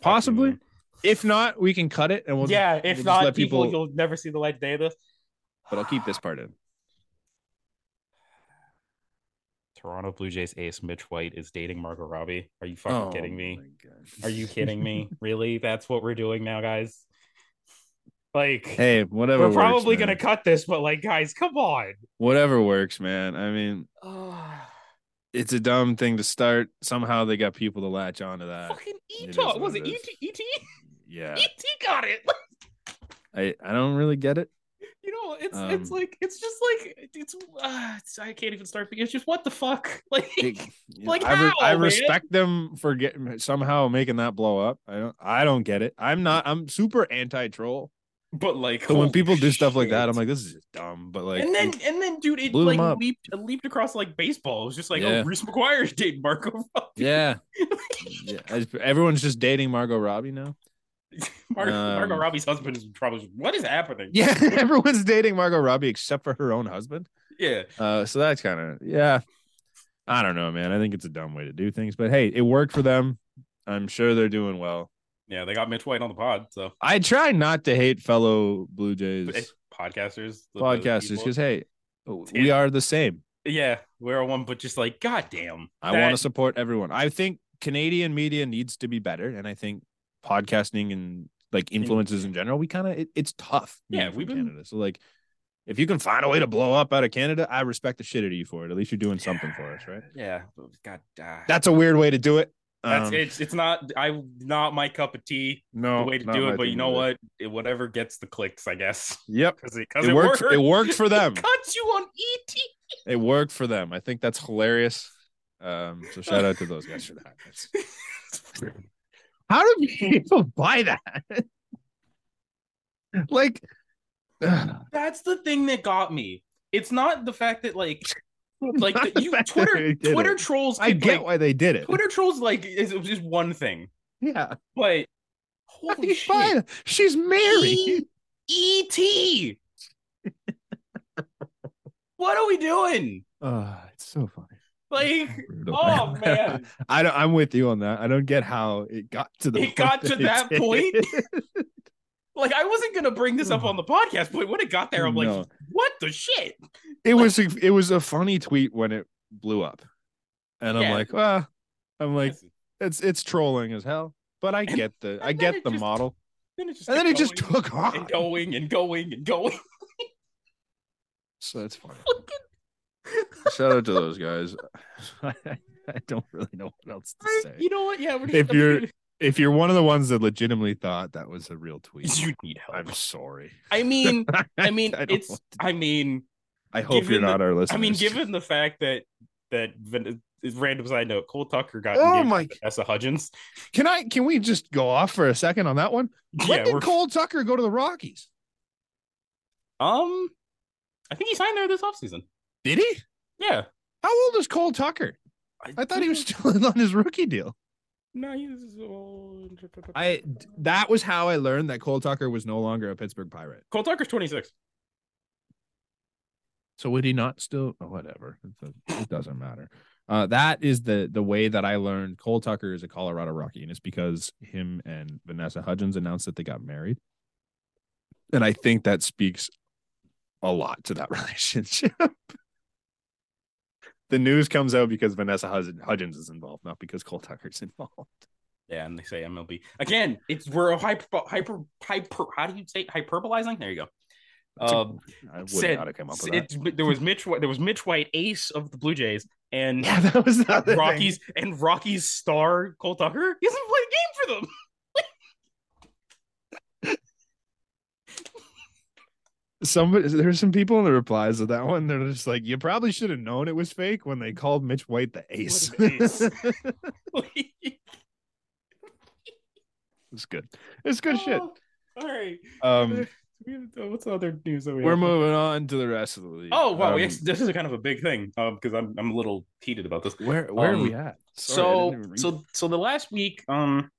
Possibly. if not, we can cut it and we'll. uh, yeah, we'll if just not, let people, people- you'll never see the light of day. Of this But I'll keep this part in. Toronto Blue Jays ace Mitch White is dating Margot Robbie. Are you fucking Oh, kidding me? my God. Are you kidding me? really? That's what we're doing now, guys. Like, Hey, whatever. we're probably works, gonna man. cut this, but like, guys, come on. Whatever works, man. I mean, it's a dumb thing to start. Somehow they got people to latch onto that. fucking E it is talk what was it it E is. T E T Yeah, E T got it. I I don't really get it. you know it's it's Um, like it's just like it's uh, it's, i can't even start because it's just what the fuck like It- Like I, re- how, I man? respect them for getting somehow making that blow up. I don't I don't get it. I'm not I'm super anti troll. but like So when holy people do stuff like that, I'm shit. like, this is just dumb. But like and then and then dude it blew like them up. leaped it leaped across like baseball it was just like Yeah. oh Bruce McGuire's dating Marco Robbie. Yeah. yeah. as- Everyone's just dating Margot Robbie now. Marco, Marco Um, Robbie's husband is in trouble what is happening Yeah, everyone's dating Margot Robbie except for her own husband. yeah Uh, so that's kind of yeah. I don't know, man. I think it's a dumb way to do things, but hey, it worked for them. I'm sure they're doing well. yeah they got Mitch White on the pod so I try not to hate fellow Blue Jays podcasters the- the podcasters people. because hey, we are the same. yeah we're one but just like goddamn I want to support everyone. I think Canadian media needs to be better, and I think podcasting and like influences in general, we kind of it, it's tough. being Yeah, from we've been- Canada, so like If you can find a way to blow up out of Canada, I respect the shit out of you for it. At least you're doing something for us, right? Yeah. God. Uh, That's a weird way to do it. that's Um, it's it's not I not my cup of tea No the way to not do my it, but you thing know either. what? It, whatever gets the clicks, I guess. Yep, Because it, it worked. It worked for them. Cuts you on E ET. It worked for them. I think that's hilarious. Um, so shout out to those guys for that. That's- How do people buy that? like, ugh, That's the thing that got me. It's not the fact that like like not the, you the fact that they Twitter did Twitter it. trolls. I could, get like, why they did it. Twitter trolls like is is just one thing, yeah, but How do holy you buy shit, that? she's married. E- ET. what are we doing? Oh, it's so funny. Like, Brutal. oh man, I don't, I'm with you on that. I don't get how it got to the It got to that did. point? like I wasn't gonna bring this up on the podcast, but when it got there, I'm No. like, what the shit? it was a, it was a funny tweet when it blew up, and I'm Yeah. like, well, I'm like, it's it's trolling as hell, but I And- get the I and then get it the just- model, then it just and then it kept just going took off. and going and going and going. So that's funny. Look Shout out to those guys. I, I don't really know what else to at- say. you know what? Yeah, we're just, If you're- If you're one of the ones that legitimately thought that was a real tweet, you need help. I'm sorry. I mean, I mean, don't it's. want to- I mean, I hope you're given the- not our listener. I mean, given the fact that that Ven- random side note, Cole Tucker got Oh engaged my- to Vanessa Hudgens. can I can we just go off for a second on that one? When yeah, did we're- Cole Tucker go to the Rockies? um, I think he signed there this offseason. Did he? Yeah, How old is Cole Tucker? I thought he was still on his rookie deal. No, he was old. I that was how I learned that Cole Tucker was no longer a Pittsburgh Pirate. Cole Tucker's 26. So would he not still? Oh, whatever. It do- It doesn't matter. Uh, that is the the way that I learned Cole Tucker is a Colorado Rocky, and it's because him and Vanessa Hudgens announced that they got married, and I think that speaks a lot to that relationship. the news comes out because Vanessa Hus- Hudgens is involved, not because Cole Tucker's involved. Yeah, and they say MLB again. It's we're hyper hyper hyper. How do you say hyperbolizing? There you go. That's a- Um, I would said- not have come up with that. it's, there was Mitch. Wh- There was Mitch White, ace of the Blue Jays, and Yeah, that was the other thing. Rockies and Rockies star Cole Tucker. He hasn't played a game for them. somebody there's some people in the replies of that one they're just like you probably should have known it was fake when they called mitch white the ace What an ace. Like, it's good it's good shit oh, All right. um We have- oh, What's the other news that we we're have? moving on to the rest of the league Oh wow, Um, we actually, this is kind of a big thing because I'm I'm a little heated about this. where where are um, we at Sorry, I so didn't even read so so the last week um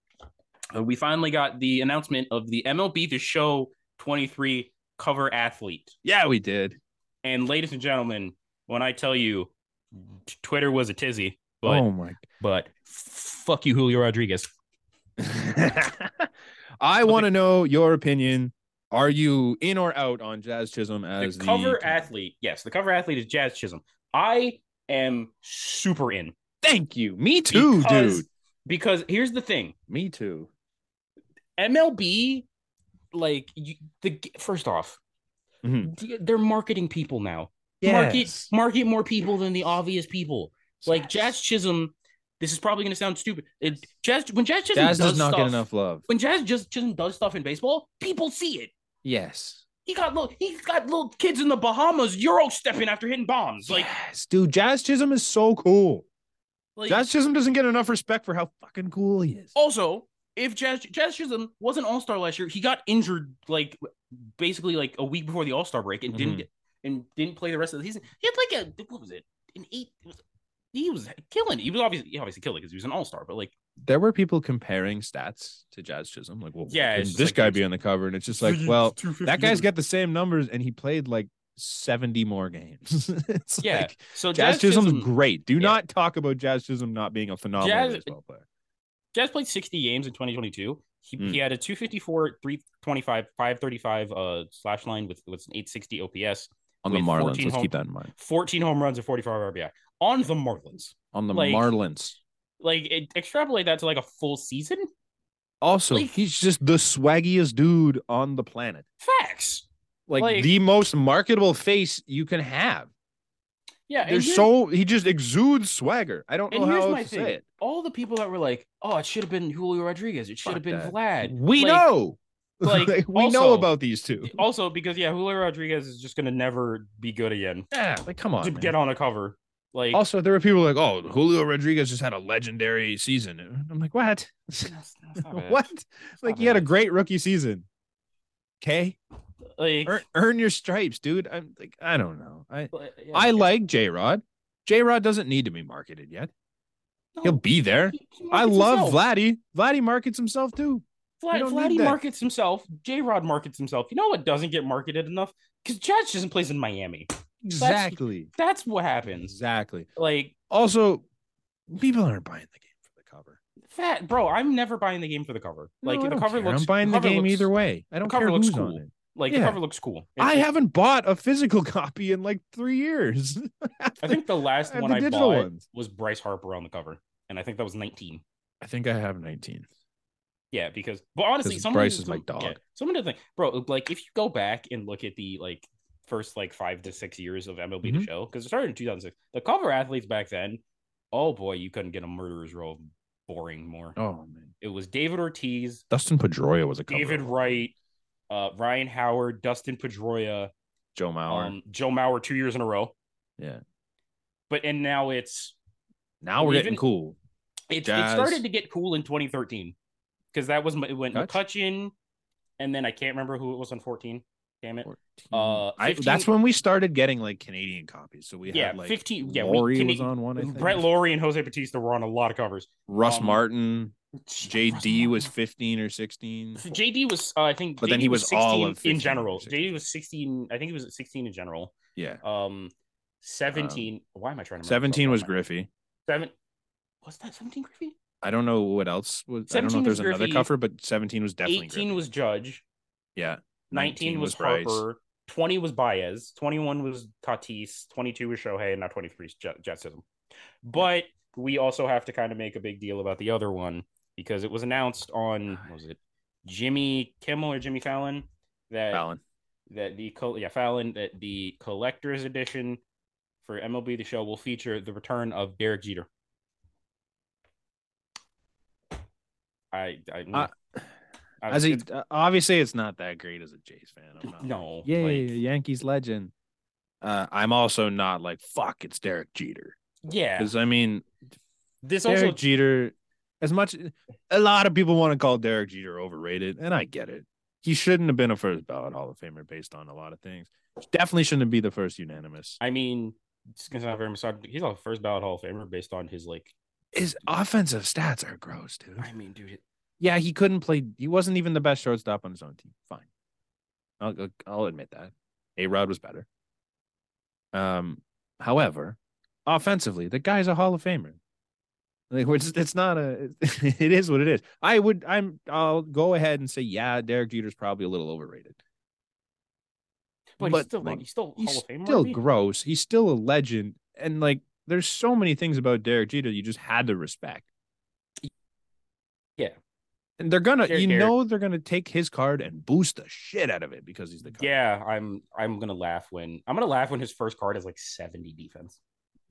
uh, we finally got the announcement of the MLB the show 23 cover athlete it. yeah we did and ladies and gentlemen when i tell you t- twitter was a tizzy but oh my but fuck you julio rodriguez i want to know your opinion are you in or out on jazz chisholm the as the, E cover athlete yes the cover athlete is jazz chisholm i am super in thank you me too because- dude because here's the thing me too MLB, like you, the first off, Mhm. d- they're marketing people now. Market market more people than the obvious people. Like Jazz Chisholm, this is probably going to sound stupid. It, Jazz when Jazz Chisholm jazz does does not stuff, get enough love When Jazz just Chisholm does stuff in baseball, people see it. yes He got little, he's got little kids in the Bahamas euro stepping after hitting bombs. Like, yes, dude, Jazz Chisholm is so cool. like Oh. Jazz Chisholm doesn't get enough respect for how fucking cool he is. also if Jazz Jazz Chisholm was an All Star last year, he got injured like basically like a week before the All Star break and didn't Mhm. get and didn't play the rest of the season. He had like a what was it an eight? It was, he was killing. it. He was obviously he obviously killing because he was an All Star, but like There were people comparing stats to Jazz Chisholm, like, well, Yeah, yeah, it's this like- guy be on the cover, and it's just like, well, that guy's got the same numbers, and he played like seventy more games. it's yeah. like, so Jazz, Chisholm's Chisholm, great. Do yeah. not talk about Jazz Chisholm not being a phenomenal Jazz- baseball player. Jazz played sixty games in twenty twenty two. He, Mm. he had a 254, 325, 535 uh, slash line with, with an 860 OPS, On the with 14 Marlins, let's home- keep that in mind. 14 home runs, and 45 RBI on the Marlins. On the Like- Marlins, Like, it, extrapolate that to like a full season. also, like- he's just the swaggiest dude on the planet. Facts. like, Like- the most marketable face you can have. Yeah, and There's here's- so he just exudes swagger. I don't know And here's how my else to thing: say it. all the people that were like, "Oh, it should have been Julio Rodriguez. It should Fuck have that. been Vlad." We Like, know. like, we know also- about these two. Also, because yeah, Julio Rodriguez is just gonna never be good again. Yeah, like come on. to man. get on a cover, like Also, there were people like, "Oh, Julio Rodriguez just had a legendary season." And I'm like, "What? what? Like he had a great rookie season." Okay, Like, earn, earn your stripes, dude. I'm like, I don't know. I but, yeah, I it's- like J Rod. J Rod doesn't need to be marketed yet. no, He'll be there. he- he I markets love himself. Vladdy. Vladdy markets himself too. Vlad, You don't Vladdy need that. markets himself. J Rod markets himself. You know what doesn't get marketed enough? Because Judge doesn't plays in Miami. Exactly. That's what happens. Exactly. Like Also, people aren't buying the game for the cover. that, bro. I'm never buying the game for the cover. No, like I the don't cover care. looks. I'm buying the cover game looks- either way. I don't cover care looks who's cool. on it. Like Yeah. the cover looks cool. It- I it- haven't bought a physical copy in like three years. I think the last I have one the I digital bought ones. was Bryce Harper on the cover, and I think that was 19. I think I have 19. Yeah, because but honestly, 'Cause some Bryce of is my some- yeah, dog. some of the thing, bro. Like if you go back and look at the like first like five to six years of MLB the Mhm. Show, because it started in 2006, the cover athletes back then, oh boy, you couldn't get a murderer's row boring more. Oh man, It was David Ortiz, Dustin Pedroia was a cover. David Wright, uh, Ryan Howard, Dustin Pedroia, Joe Mauer. um, Joe Mauer, two years in a row. Yeah. but and now it's now we're getting even- cool. It, it Jazz. started to get cool in 2013 because that was it went Kutch? McCutcheon, and then I can't remember who it was on 14. Damn it. 14. uh, I, 15 that's when we started getting like Canadian copies. So we Yeah, had like 15 yeah, we- Laurie was Cana- on one. I think. Brett Laurie and Jose Batista were on a lot of covers. Russ um, Martin, JD was Russell 15 or 16. Martin. JD was uh, I think, But JD then he was all 16 of 15 in or general. 16. JD was 16. I think he was at 16 in general. Yeah, Um, 17. why am I trying to? remember 17 Um, was off the top Griffey. of my- Seven. Was that 17 Griffey? I don't know what else was. I don't know 17 if there's was another Griffey. cover, but 17 was definitely 18 Griffey. was Judge. yeah. 19, 19 was, was Bryce. Harper. 20 was Baez. 21 was Tatis. 22 was Shohei. And now 23 is Jet- Jetsism. But we also have to kind of make a big deal about the other one because it was announced on, what was it Jimmy Kimmel or Jimmy Fallon? That, Fallon. that the, col- yeah, Fallon, that the collector's edition for MLB The Show will feature the return of Derek Jeter. I, I, Uh, I- As he, it's- uh, obviously, it's not that great as a Jays fan. I'm not no, Yeah, like- Yankees legend. Uh, I'm also not like fuck. It's Derek Jeter yeah. because I mean This Derek also Jeter. As much a lot of people want to call Derek Jeter overrated, and I get it. He shouldn't have been a first ballot Hall of Famer based on a lot of things. Definitely shouldn't be the first unanimous. I mean, it's gonna sound very misogynistic. He's on the first ballot Hall of Famer based on his like. His offensive stats are gross, dude. I mean, dude, Yeah, he couldn't play. He wasn't even the best shortstop on his own team. Fine, I'll I'll admit that. A Rod was better. Um, however, offensively, the guy's a Hall of Famer. Like, we're just, it's not a. It is what it is. I would. I'm. I'll go ahead and say, yeah, Derek Jeter's probably a little overrated. but, he's But, still like, he's still He's Hall of Famer. still right? gross. He's still a legend, and like, there's so many things about Derek Jeter you just had to respect. Yeah. and they're gonna, Derek you Jeter. know, they're gonna take his card and boost the shit out of it because he's the card. yeah, I'm I'm gonna laugh when I'm gonna laugh when his first card is like 70 defense.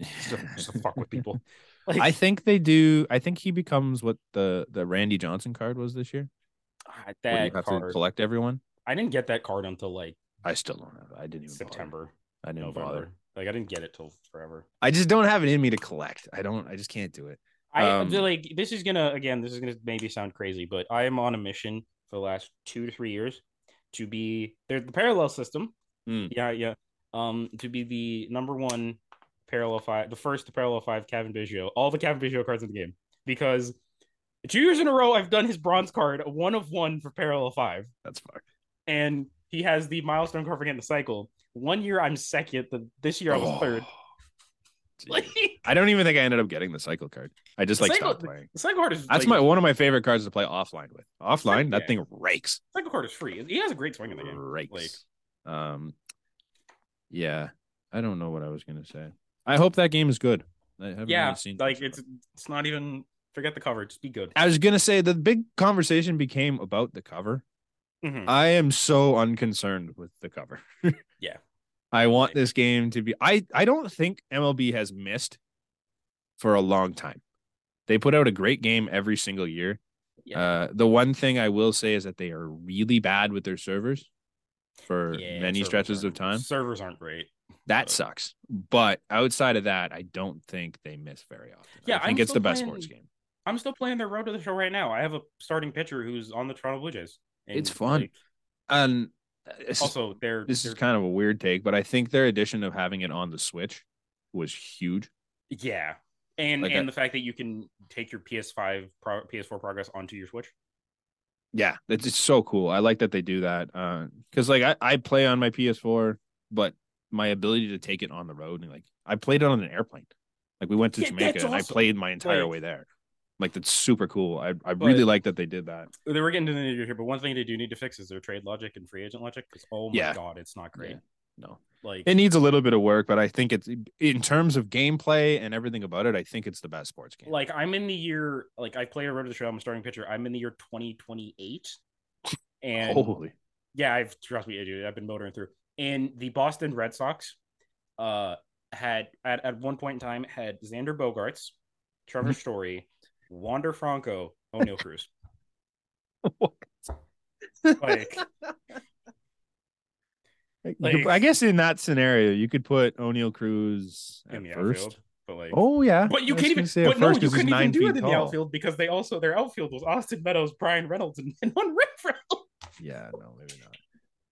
Just to, just to fuck with people. Like, I think they do. I think he becomes what the the Randy Johnson card was this year. God, Where you Ah, that have to card. collect everyone. I didn't get that card until like I still don't have. it. I didn't even bother. September, I didn't November. bother. Like I didn't get it till forever. I just don't have it in me to collect. I don't. I just can't do it. I Um, feel like this is gonna again, this is gonna maybe sound crazy, but I am on a mission for the last two to three years to be there's the parallel system. Mm. Yeah, yeah. Um, to be the number one parallel five, the first to parallel five Kevin Biggio, all the Kevin Biggio cards in the game. Because two years in a row, I've done his bronze card, a one of one for parallel five, That's fucked. and he has the milestone card for getting the cycle. One year I'm second, the, this year I was Oh, third. geez. Like I don't even think I ended up getting the cycle card. I just The like cycle- stopped playing. the cycle card is That's like, my one of my favorite cards to play offline with. Offline, that yeah. thing rakes. cycle card is free. He has a great swing in the game. Rakes. Like um, yeah, I don't know what I was gonna say. I hope that game is good. I haven't yeah, really seen like much it's of it's not even forget the cover, just be good. it. I was gonna say the big conversation became about the cover, Mhm. I am so unconcerned with the cover. Yeah. I want this game to be I I don't think MLB has missed for a long time. They put out a great game every single year. Yeah. Uh the one thing I will say is that they are really bad with their servers for Yeah, many servers stretches of aren't- time. Servers aren't great. That so- sucks. But outside of that, I don't think they miss very often. Yeah, I think I'm it's the still best playing- sports game. I'm still playing the road to the show right now. I have a starting pitcher who's on the Toronto Blue Jays. and, It's fun. like, And it's- also, they're this they're- is kind of a weird take, but I think their addition of having it on the Switch was huge. yeah, and like and I- the fact that you can take your PS5 pro, PS4 progress onto your Switch. Yeah, it's just so cool. I like that they do that because, like, I, I play on my PS4, but my ability to take it on the road and like I played it on an airplane. Like we went to Yeah, Jamaica that's and I awesome. played my entire Like- way there. Like that's super cool. I, I But- really like that they did that. They were getting to the nitty here, but one thing they do need to fix is their trade logic and free agent logic. Because oh my Yeah. god, it's not great. Yeah. No. Like It needs a little bit of work, but I think it's in terms of gameplay and everything about it. I think it's the best sports game. like I'm in the year like I played a road to the show. I'm a starting pitcher. I'm in the year 2028, and holy, yeah, I've trust me, I do. I've been motoring through. And the Boston Red Sox uh had at, at one point in time had Xander Bogarts, Trevor Mm-hmm. Story, Wander Franco, O'Neill Cruz. What? Like You Like- could- I guess in that scenario, you could put O'Neill Cruz at in the first. outfield. But like Oh yeah, But I you was can't gonna even say at but no, first you 'cause he's couldn't even nine do it feet in the tall. outfield because they also their outfield was Austin Meadows, Brian Reynolds, and, and one Renfro. Yeah, no, maybe not.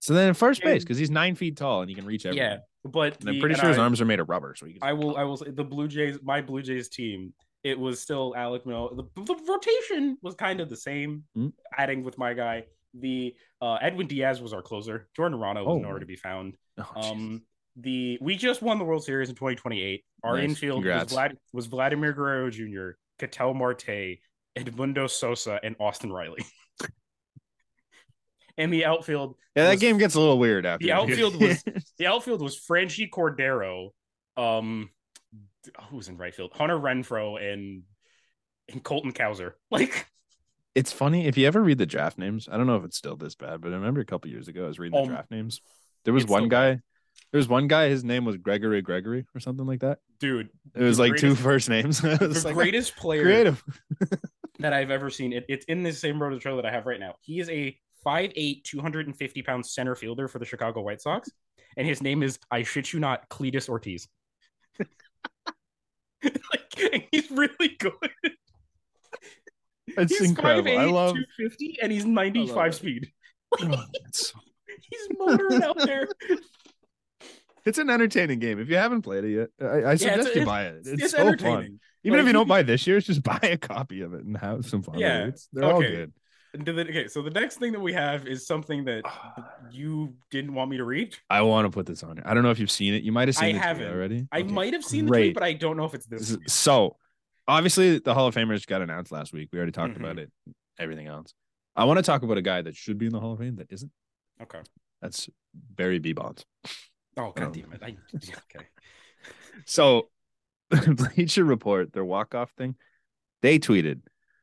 So then in first base, And- because he's nine feet tall and he can reach everyone. Yeah. But And I'm the- pretty and sure his I- arms are made of rubber, so he can I will. I will say the Blue Jays. My Blue Jays team. It was still Alec Manoa. The, the rotation was kind of the same. Hmm. Adding with my guy, the uh, Edwin Diaz was our closer. Jordan Arano was Oh. nowhere to be found. Oh, Jesus. Um, the we just won the World Series in 2028. Our Nice. infield was, Congrats. Vlad, was Vladimir Guerrero Jr., Cattell Marte, Edmundo Sosa, and Austin Riley. and the outfield yeah, that was- game gets a little weird after the outfield was the outfield was Franchi Cordero, um, who was in right field? Hunter Renfro and and Colton Cowser. Like, it's funny if you ever read the draft names. I don't know if it's still this bad, but I remember a couple years ago I was reading Um, the draft names. There was it's so one guy. There was one guy. His name was Gregory Gregory or something like that. dude, It was The like two greatest- first names. I the was like, greatest player creative. that I've ever seen. It, it's in the same road trail that I have right now. He is a 5'8", 250 pound center fielder for the Chicago White Sox, and his name is I shit you not, Cletus Ortiz. like, and he's really good. It's he's incredible. I 5'8", love. 250, and he's 95 it. speed. it's, He's motoring out there. it's an entertaining game. If you haven't played it yet, I, I suggest you it's- buy it. It's, It's, so fun. entertaining. Even Like, if you you don't can- buy this year's, just buy a copy of it and have some fun. Yeah. With it. It's- they're all Okay. good. And then- okay, so the next thing that we have is something that Ah. you didn't want me to read. I want to put this on. here. I don't know if you've seen it. You might have seen I it tweet haven't. already. I Okay. might have seen the tweet, Great. but I don't know if it's this. This is- So, obviously, the Hall of Famers got announced last week. We already talked Mhm. about it. Everything else. I want to talk about a guy that should be in the Hall of Fame that isn't. Okay. That's Barry B. Bonds. Oh Um, god damn it! I, okay. So, Bleacher Report, their walk off thing, they tweeted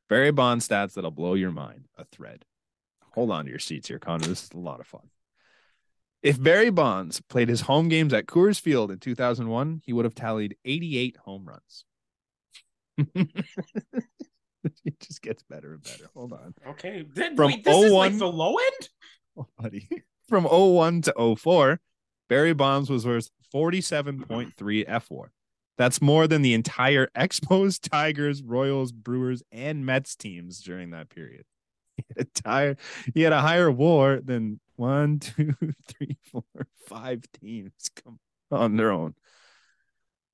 Barry Bonds stats that'll blow your mind. A thread. Hold on to your seats here, Connor. This is a lot of fun. If Barry Bonds played his home games at Coors Field in 2001, he would have tallied 88 home runs. it just gets better and better. Hold on. Okay. Then, From wait, this is like 01 the low end. Oh, buddy. From 01 to 04, Barry Bonds was worth 47.3 F4. That's more than the entire Expos, Tigers, Royals, Brewers, and Mets teams during that period. He had a, tire, he had a higher war than one, two, three, four, five teams com- on their own.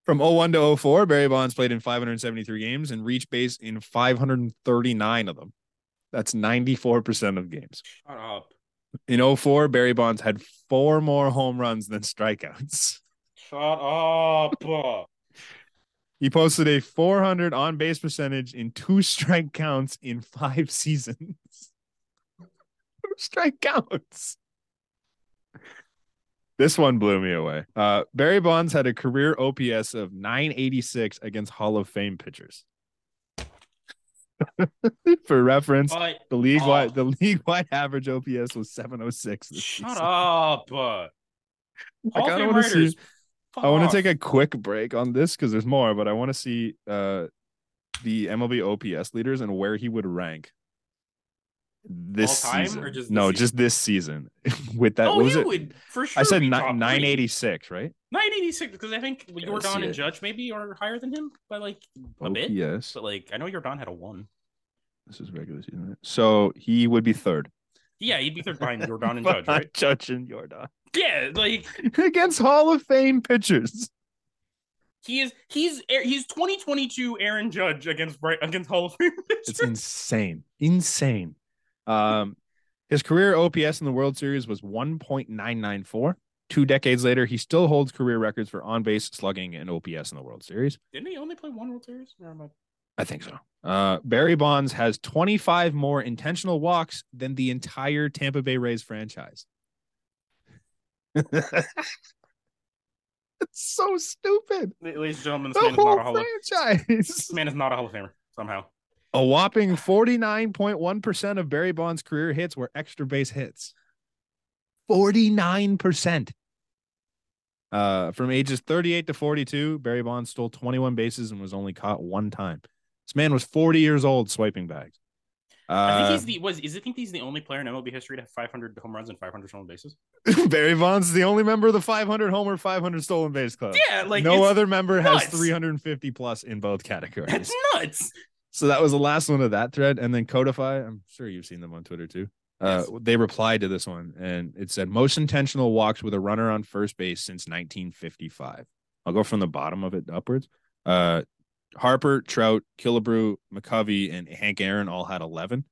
From 01 to 04, Barry Bonds played in 573 games and reached base in 539 of them. That's 94% of games. Shut up. In 04, Barry Bonds had four more home runs than strikeouts. Shut up. He posted a 400 on base percentage in two strike counts in five seasons. Two strike counts. This one blew me away. Uh, Barry Bonds had a career OPS of 986 against Hall of Fame pitchers. For reference, But the league wide Oh. the league wide average OPS was 706. This shut season. up. Uh, I Hall of kinda Fame wanna see- writers. I want to take a quick break on this because there's more, but I want to see uh the MLB OPS leaders and where he would rank this All time season. or just this no, season? just this season with that. oh, what was he it? would for sure. I said be ni- top three. 986, right? 986 because I think Yeah, Jordan let's see and it. Judge maybe are higher than him by like a bit. Yes, But like I know Jordan had a one. this is regular season. right? So he would be third. Yeah, he'd be third behind Jordan and Judge, right? Judge and Yordan Yeah, like against Hall of Fame pitchers. he is he's he's 2022 Aaron Judge against Bri- against Hall of Fame. It's insane, insane. Um, his career OPS in the World Series was 1.994. Two decades later, he still holds career records for on base slugging and OPS in the World Series. Didn't he only play one World Series? Or am I- I think so. Uh, Barry Bonds has 25 more intentional walks than the entire Tampa Bay Rays franchise. it's so stupid. Ladies and gentlemen, this The man is whole not a Hall of franchise. this man is not a Hall of Famer somehow. A whopping 49.1% of Barry Bonds' career hits were extra base hits. 49%. Uh, from ages 38 to 42, Barry Bonds stole 21 bases and was only caught one time. This man was 40 years old swiping bags. I think Uh, he's the was is I think he's the only player in MLB history to have 500 home runs and 500 stolen bases. Barry Bonds is the only member of the 500 homer, 500 stolen base club. Yeah, like Uh, no it's- other member nuts. has 350 plus in both categories. That's nuts. So that was the last one of that thread. And then Codify, I'm sure you've seen them on Twitter too. Uh, They replied to this one and it said most intentional walks with a runner on first base since 1955. I'll go from the bottom of it upwards. Uh, Harper, Trout, Killebrew, McCovey, and Hank Aaron all had 11.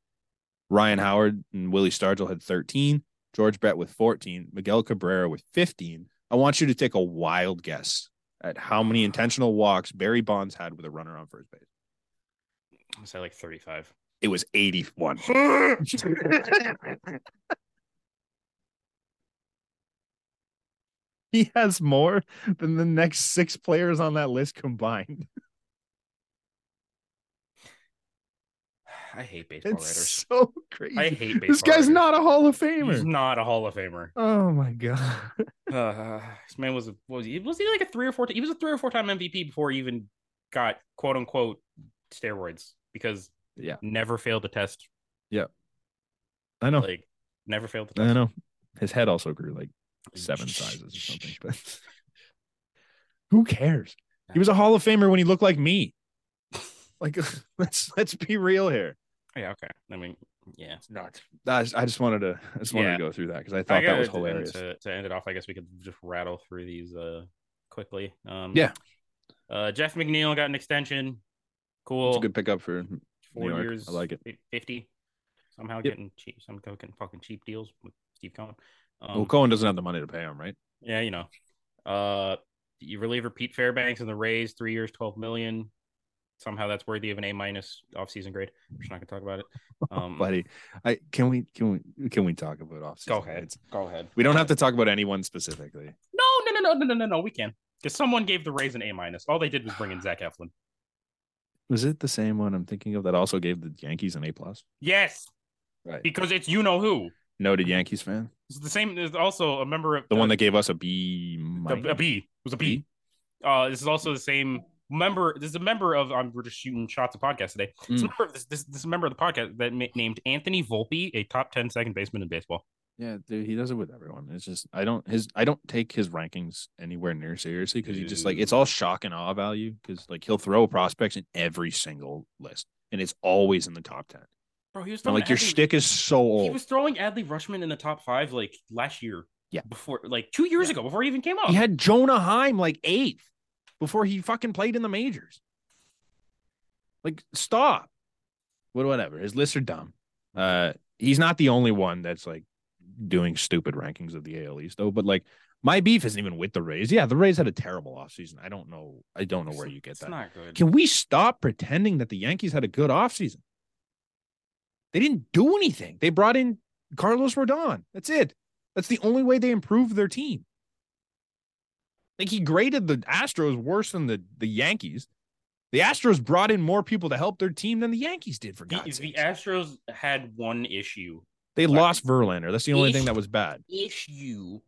Ryan Howard and Willie Stargell had 13. George Brett with 14. Miguel Cabrera with 15. I want you to take a wild guess at how many intentional walks Barry Bonds had with a runner on first base I'm gonna say like 35. it was 81. he has more than the next six players on that list combined. I hate baseball writers. It's so crazy. I hate baseball. this guy's writers. not a Hall of He's Famer. not a Hall of Famer. Oh my god. Uh, this man was a, what was he was he like a three or four? He was a three or four time MVP before he even got quote unquote steroids because Yeah. never failed to test I know. like never failed to test. I know. His head also grew like seven sizes or something. But who cares? He was a Hall of Famer when he looked like me. Like let's let's be real here. Yeah, okay. I mean, yeah. It's nuts. I just, I just wanted to I just wanted Yeah. to go through that because I thought that guess, was uh, hilarious. To, to end it off, I guess we could just rattle through these uh quickly. Um, Yeah. Uh, Jeff McNeil got an extension. Cool. It's a good pickup for Four New York. years. I like it. fif- Fifty. Somehow Yep. getting cheap. Somehow getting fucking cheap deals with Steve Cohen. Um, well, Cohen doesn't have the money to pay him, right? Yeah, you know. Uh, you reliever Pete Fairbanks and the Rays, three years, twelve million. Somehow that's worthy of an A minus offseason grade. We're just not gonna talk about it. Um, Buddy, I can we can we can we talk about off go ahead. Go ahead. We don't have to talk about anyone specifically. No, no, no, no, no, no, no, no. We can because someone gave the Rays an A minus. All they did was bring in Zach Eflin. Was it the same one I'm thinking of that also gave the Yankees an A plus? Yes, Right. because it's you know who. Noted Yankees fan. It's the same. Is also a member of The one that gave us a B minus. the, a B. It was a B. B? Mm-hmm. Uh, this is also the same member. This is a member of. Um, we're just shooting shots of podcast today. It's a Mm. member of this, this this member of the podcast that ma- named Anthony Volpe a top ten second baseman in baseball. Yeah, dude, he does it with everyone. It's just I don't his I don't take his rankings anywhere near seriously because he just like it's all shock and awe value because like he'll throw prospects in every single list and it's always in the top ten. Bro, he was And, throwing like your Adley- shtick is so He old. was throwing Adley Rushman in the top five like last year. Yeah. before like two years Yeah. ago, before he even came out. He had Jonah Heim like eighth before he fucking played in the majors. Like, stop. But whatever. His lists are dumb. Uh, he's not the only one that's like doing stupid rankings of the AL East, though. But like, my beef isn't even with the Rays. Yeah, the Rays had a terrible offseason. I don't know. I don't know where you get It's that. not good. Can we stop pretending that the Yankees had a good offseason? They didn't do anything. They brought in Carlos Rodon. That's it. That's the only way they improved their team. Like he graded the Astros worse than the, the Yankees. The Astros brought in more people to help their team than the Yankees did. For The, God's the sake, Astros had one issue they lost Verlander. That's the only thing that was bad. issue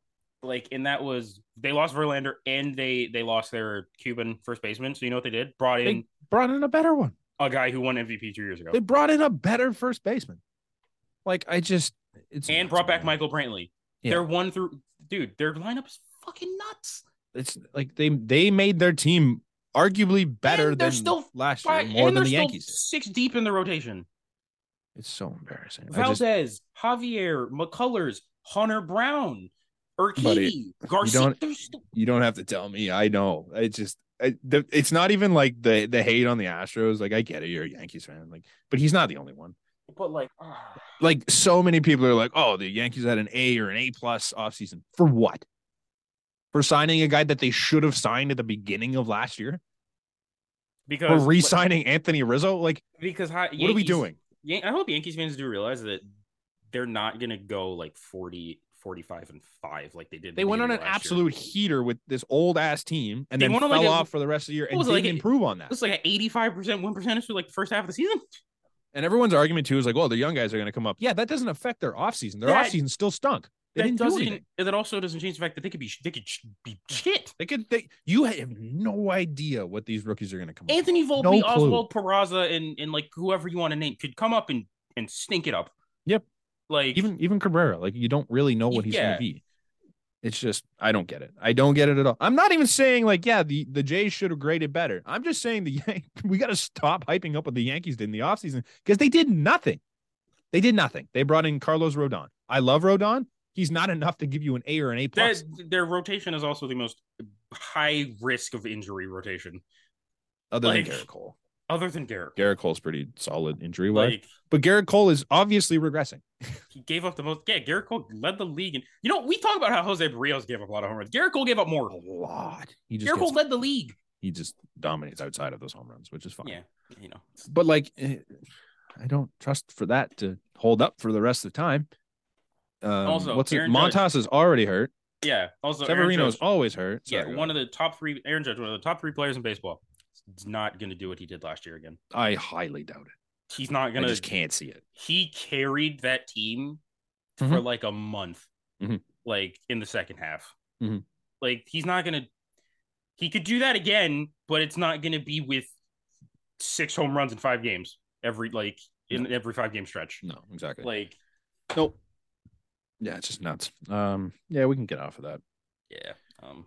like and that was they lost Verlander and they they lost their Cuban first baseman. So you know what they did? Brought in Brought in a better one. a guy who won MVP 2 years ago. They brought in a better first baseman. Like I just, it's and nuts, brought back man. Michael Brantley. Yeah. They're one through dude, their lineup is fucking nuts. It's like they they made their team arguably better And they're than still last year, Fi- more and than they're the still Yankees. did. six deep in the rotation. It's so embarrassing. I just- Valdez, Javier, McCullers, Hunter Brown, Urquidy, Buddy, Garcia. don't- They're still you don't have to tell me. I know. It just I, the, it's not even like the the hate on the Astros. Like I get it, you're a Yankees fan. Like, but he's not the only one. but like ah. Like so many people are like, oh, the Yankees had an A or an A plus offseason. For what? For signing a guy that they should have signed at the beginning of last year? For because re-signing Anthony Rizzo? Like, because hi, what are we doing? Yan- I hope Yankees fans do realize that they're not going to go like 40, 45 and 5 like they did. They went on an absolute heater with this old ass team and They then went fell on, like, a- off for the rest of the year what and was didn't it, like, a- improve on that. It's like an 85% win percentage for like the first half of the season. And everyone's argument too is like, well, the young guys are going to come up. Yeah, that doesn't affect their offseason. Their That- offseason still stunk. They That didn't do doesn't anything. and that also doesn't change the fact that they could be sh- they could sh- be shit. They could. They, you have no idea what these rookies are going to come. up with. Anthony Volpe, clue. Oswald Peraza and and like whoever you want to name could come up and and stink it up. Yep. Like Even even Cabrera, like you don't really know what he's going Yeah. to be. It's just I don't get it. I don't get it at all. I'm not even saying like yeah the the Jays should have graded better. I'm just saying the Yan- we got to stop hyping up what the Yankees did in the offseason because they did nothing. They did nothing. They brought in Carlos Rodon. I love Rodon. He's not enough to give you an A or an A their, plus their rotation is also the most high risk of injury rotation other like- than Garrett Cole. other than Garrett. Garrett Cole's pretty solid injury wise, Like but Garrett Cole is obviously regressing. he gave up the most. Yeah, Garrett Cole led the league, and you know we talk about how Jose Barrios gave up a lot of home runs. Garrett Cole gave up more. A lot. He just Garrett gets Cole led the league. he just dominates outside of those home runs, which is fine. Yeah, you know. But like, eh, I don't trust for that to hold up for the rest of the time. Um, Also, what's it? Aaron Judge- Montas is already hurt. Yeah. Also, Aaron Severino is Judge- always hurt. yeah, Sorry, one of the top three. Aaron Judge, one of the top three players in baseball. He's not going to do what he did last year again. I highly doubt it. He's not going I to. just can't see it. He carried that team for Mhm. like a month, Mhm. like in the second half. Mhm. Like he's not going to. He could do that again, but it's not going to be with six home runs in five games every like in every five game stretch. No, exactly. Like nope. Yeah, it's just nuts. Um, yeah, we can get off of that. yeah. Um.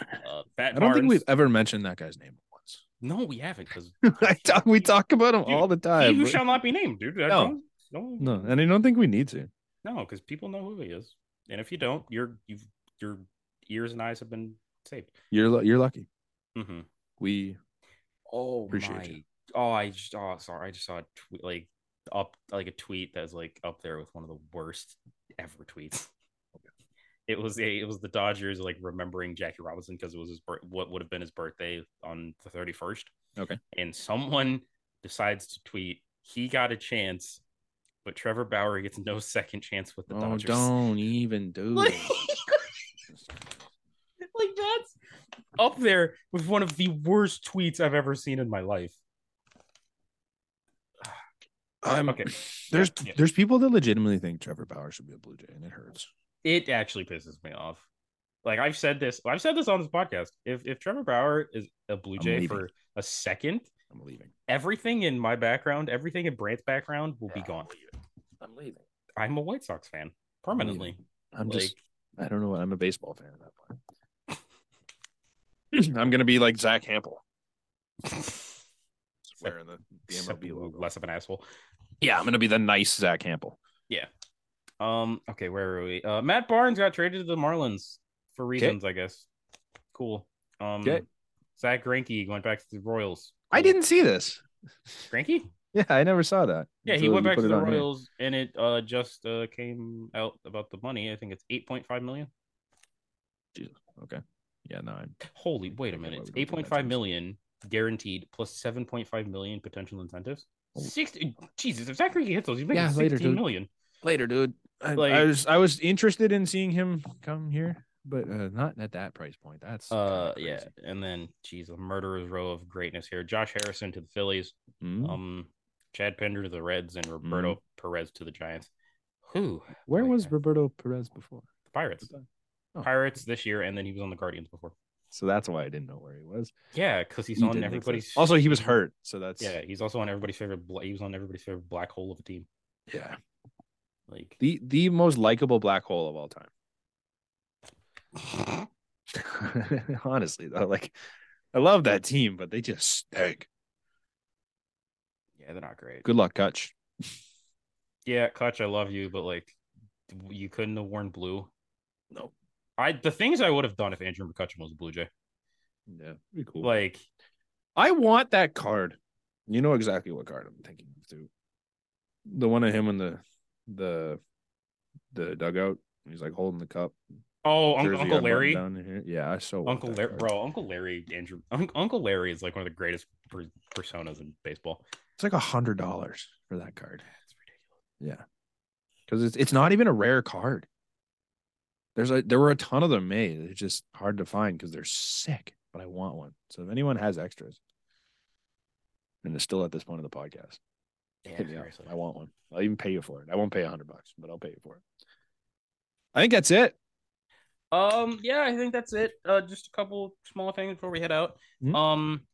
Uh, Bat I don't think Barnes- we've ever mentioned that guy's name once. No, we haven't because I talk, we talk about him Dude, all the he time. who shall not be named, dude. I No. don't- don't- no, and I don't think we need to. no, because people know who he is, and if you don't, your you your ears and eyes have been saved. You're lu- you're lucky. Mm-hmm. We Oh Appreciate my! you. Oh, I just oh sorry, I just saw a tweet like up like a tweet that's like up there with one of the worst ever tweets. It was a, it was the Dodgers like remembering Jackie Robinson because it was his bir- what would have been his birthday on the thirty first. Okay. and someone decides to tweet he got a chance, but Trevor Bauer gets no second chance with the oh, Dodgers. don't even do. Like, it. like that's up there with one of the worst tweets I've ever seen in my life. I'm Okay. okay. There's Yeah. there's people that legitimately think Trevor Bauer should be a Blue Jay, and it hurts. It actually pisses me off. Like I've said this, I've said this on this podcast. If if Trevor Bauer is a Blue I'm Jay leaving. for a second, I'm leaving. everything in my background, everything in Brant's background will be gone. I'm leaving. I'm a White Sox fan permanently. I'm Like- just. I don't know. I'm a baseball fan at that point. I'm gonna be like Zach Hampel, wearing the, the Except MLB logo. less of an asshole. Yeah, I'm gonna be the nice Zach Hampel. Um. Okay, where were we? Uh, Matt Barnes got traded to the Marlins for reasons, I guess. Cool. Um. Okay. Zach Greinke went back to the Royals. I didn't see this. Greinke. Yeah, I never saw that. Yeah, he until went you back put to it the on here. Royals, and it uh, just uh, came out about the money. I think it's eight point five million. Yeah, no, I'm, Holy, wait a Okay, minute! why It's we eight don't point do that five to us. million guaranteed plus seven point five million potential incentives. Oh. Six, Jesus! If Zachary hits those, he's making Yeah, later, sixteen dude. million. later, dude. I, Like- I was I was interested in seeing him come here, but uh, not at that price point. That's Uh, kinda yeah, crazy. and then geez, a murderer's row of greatness here. Josh Harrison to the Phillies, Mhm. um, Chad Pender to the Reds, and Roberto Perez to the Giants. Who Where boy, was I- Roberto Perez before? the Pirates? Oh. Pirates this year, and then he was on the Guardians before. So that's why I didn't know where he was. Yeah, because he's He on didn't everybody's. exist. Also, he was hurt, so that's yeah, he's also on everybody's favorite. Bla- he was on everybody's favorite black hole of a team. yeah. Like The the most likable black hole of all time. Honestly, though, like I love that team, but they just stink. yeah, they're not great. Good luck, Kutch. Yeah, Clutch, I love you, but like you couldn't have worn blue. No. I the things I would have done if Andrew McCutcheon was a Blue Jay. Yeah, be cool. Like Like I want that card. You know exactly what card I'm thinking of too. The one of him in the the the dugout. He's like holding the cup. oh, Uncle, Jersey Uncle unbuttoned Larry, down in here. Yeah, I so want Uncle that Larry, card. bro, Uncle Larry, Andrew, Un- Uncle Larry is like one of the greatest per- personas in baseball. It's like a hundred dollars for that card. That's ridiculous. because it's it's not even a rare card. There's a there were a ton of them made. It's just hard to find because they're sick. But I want one. So if anyone has extras, and it's still at this point of the podcast, hit me Yeah, up. seriously. I want one. I'll even pay you for it. I won't pay a hundred bucks, but I'll pay you for it. I think that's it. Um, yeah, I think that's it. Uh, just a couple small things before we head out. Mhm. Um,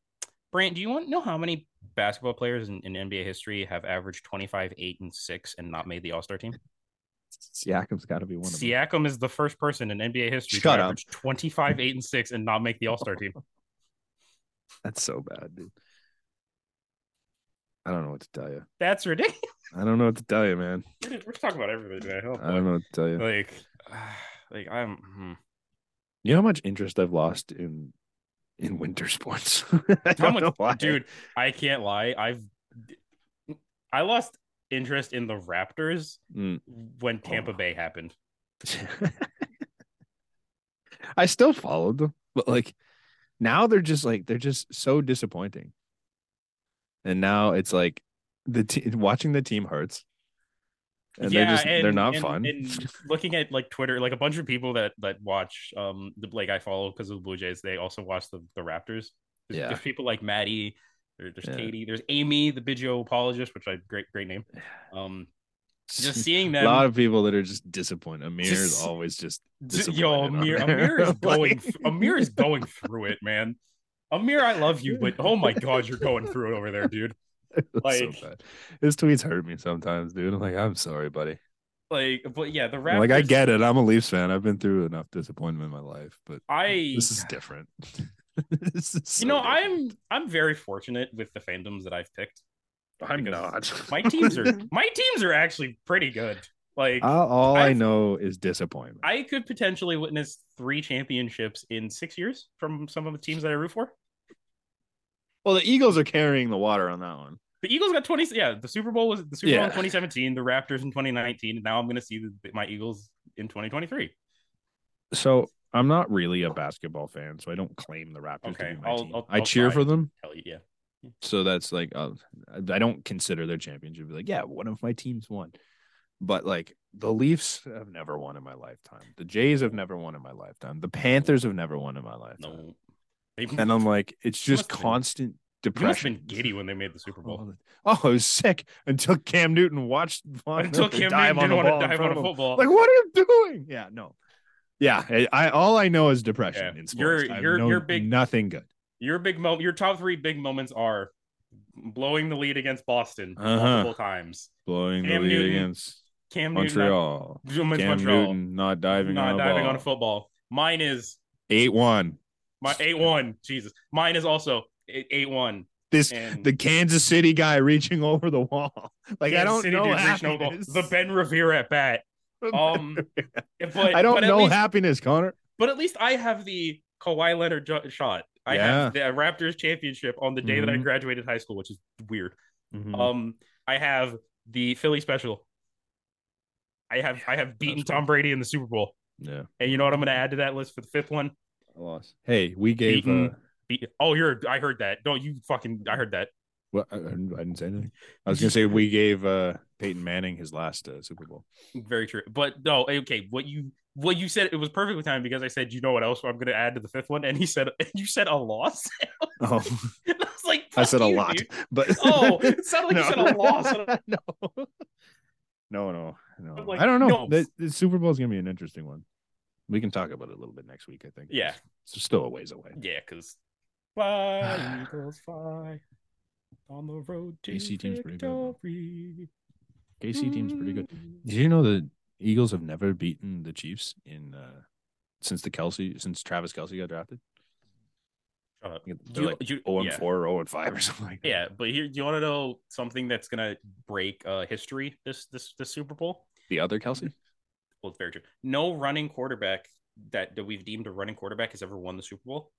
Brant, do you want to know how many basketball players in, in NBA history have averaged 25, 8, and 6 and not made the All Star team? Siakam's got to be one of them. Siakam is the first person in NBA history Shut to up. average 25, 8, and 6 and not make the All Star team. That's so bad, dude. I don't know what to tell you. That's ridiculous. I don't know what to tell you, man. We're just- we're talking about everybody today. Oh, I don't know what to tell you. boy. Like, like I'm. hmm. You know how much interest I've lost in in winter sports. I How don't much, know why. dude? I can't lie. I've I lost interest in the Raptors Mm. when Tampa Oh. Bay happened. I still followed them, but like now they're just like they're just so disappointing. And now it's like the te- watching the team hurts, and they're just they're and- not and- fun. And looking at like Twitter, like a bunch of people that that watch um the like I follow because of the Blue Jays, they also watch the, the Raptors. There's, Yeah. there's people like Maddie, there, there's Yeah. Katie, there's Amy, the Biggio apologist, which I great great name. Um, just seeing a them. lot of people that are just disappointed. Amir is Just- always just Ju- Yo, disappointed on Amir, there. Amir is Like- going. Amir is going through it, man. Amir, I love you, but oh my god, you're going through it over there, dude. It was like- so bad. His tweets hurt me sometimes, dude. I'm like, I'm sorry, buddy. Like, but yeah, the I'm Raptors. Like, I get it. I'm a Leafs fan. I've been through enough disappointment in my life, but I this is different. this is you know, I'm I'm very fortunate with the fandoms that I've picked. I'm because not. My teams are my teams are actually pretty good. Like all all I I've- know is disappointment. I could potentially witness three championships in six years from some of the teams that I root for. well, the Eagles are carrying the water on that one. The Eagles got twenty. Yeah, the Super Bowl was the Super Bowl Yeah. in twenty seventeen. The Raptors in twenty nineteen. And now I'm going to see the, my Eagles in twenty twenty three. So I'm not really a basketball fan, so I don't claim the Raptors Okay, to be my I'll- team. I'll- I I'll cheer try. for them, Hell yeah. so that's like uh, I don't consider their championship. Like, yeah, one of my teams won, but like the Leafs have never won in my lifetime. The Jays have never won in my lifetime. The Panthers have never won in my lifetime. No. They, and I'm like, it's just must've been- constant you must have depression. been giddy when they made the Super Bowl. Oh, it was sick until Cam Newton watched Von Until Miller Cam Oh, dive Newton didn't on a want to ball in dive front of on a him. football. Like, what are you doing? Yeah, no. Yeah, I, I all I know is Yeah. depression. in sports. You're- I've you're- known you're big- Nothing good. Your big moment, your top three big moments are blowing the lead against Boston Uh-huh. multiple times. Blowing Cam the lead Newton, against Cam Montreal. Newton, not, Cam Montreal Newton not diving not on a diving ball. on a football. Mine is Eight one. my eight one. Jesus, mine is also eight one. This And the Kansas City guy reaching over the wall. Like I Kansas don't City know dude reached no goal. happiness. The Ben Revere at bat. Um, but I don't but at know least- happiness, Connor. But at least I have the Kawhi Leonard ju- shot. I have the Raptors championship on the day that I Mhm. graduated high school, which is weird. Mm-hmm. Uh, Um, I have the Philly special. I have I have beaten That's Tom Brady in the Super Bowl, yeah, and you know what I'm going to add to that list for the fifth one. I lost. Hey, we gave. Beaten- Uh, Be- oh, you're I heard that. Don't you fucking I heard that. Well, I, I didn't I didn't say anything. I was gonna say we gave uh, Peyton Manning his last uh, Super Bowl. Very true. But no, eh, okay. What you well, you said it was perfectly timed because I said, you know what else I'm going to add to the fifth one, and he said, you said a loss. Oh, And I was like, I said "Fuck a you, lot, dude." but Oh, it sounded like you No. said a loss. And I'm no, no, no, no. I'm like, I don't know. no. The, the Super Bowl is gonna be an interesting one. We can talk about it a little bit next week. I think. Yeah. it's still a ways away. Yeah, because fly, Eagles fly on the road to AC team's pretty good, victory. Mm. KC team's pretty good. Did you know the Eagles have never beaten the Chiefs in uh since the Kelsey since Travis Kelsey got drafted? Shut up. They're You- like oh, 0 you- and Uh, yeah. 4 or 0 and 5 or something like that. Yeah, but here, do you want to know something that's gonna break uh, history? This this this Super Bowl. The other Kelsey? Well, it's very true. No running quarterback that, that we've deemed a running quarterback has ever won the Super Bowl,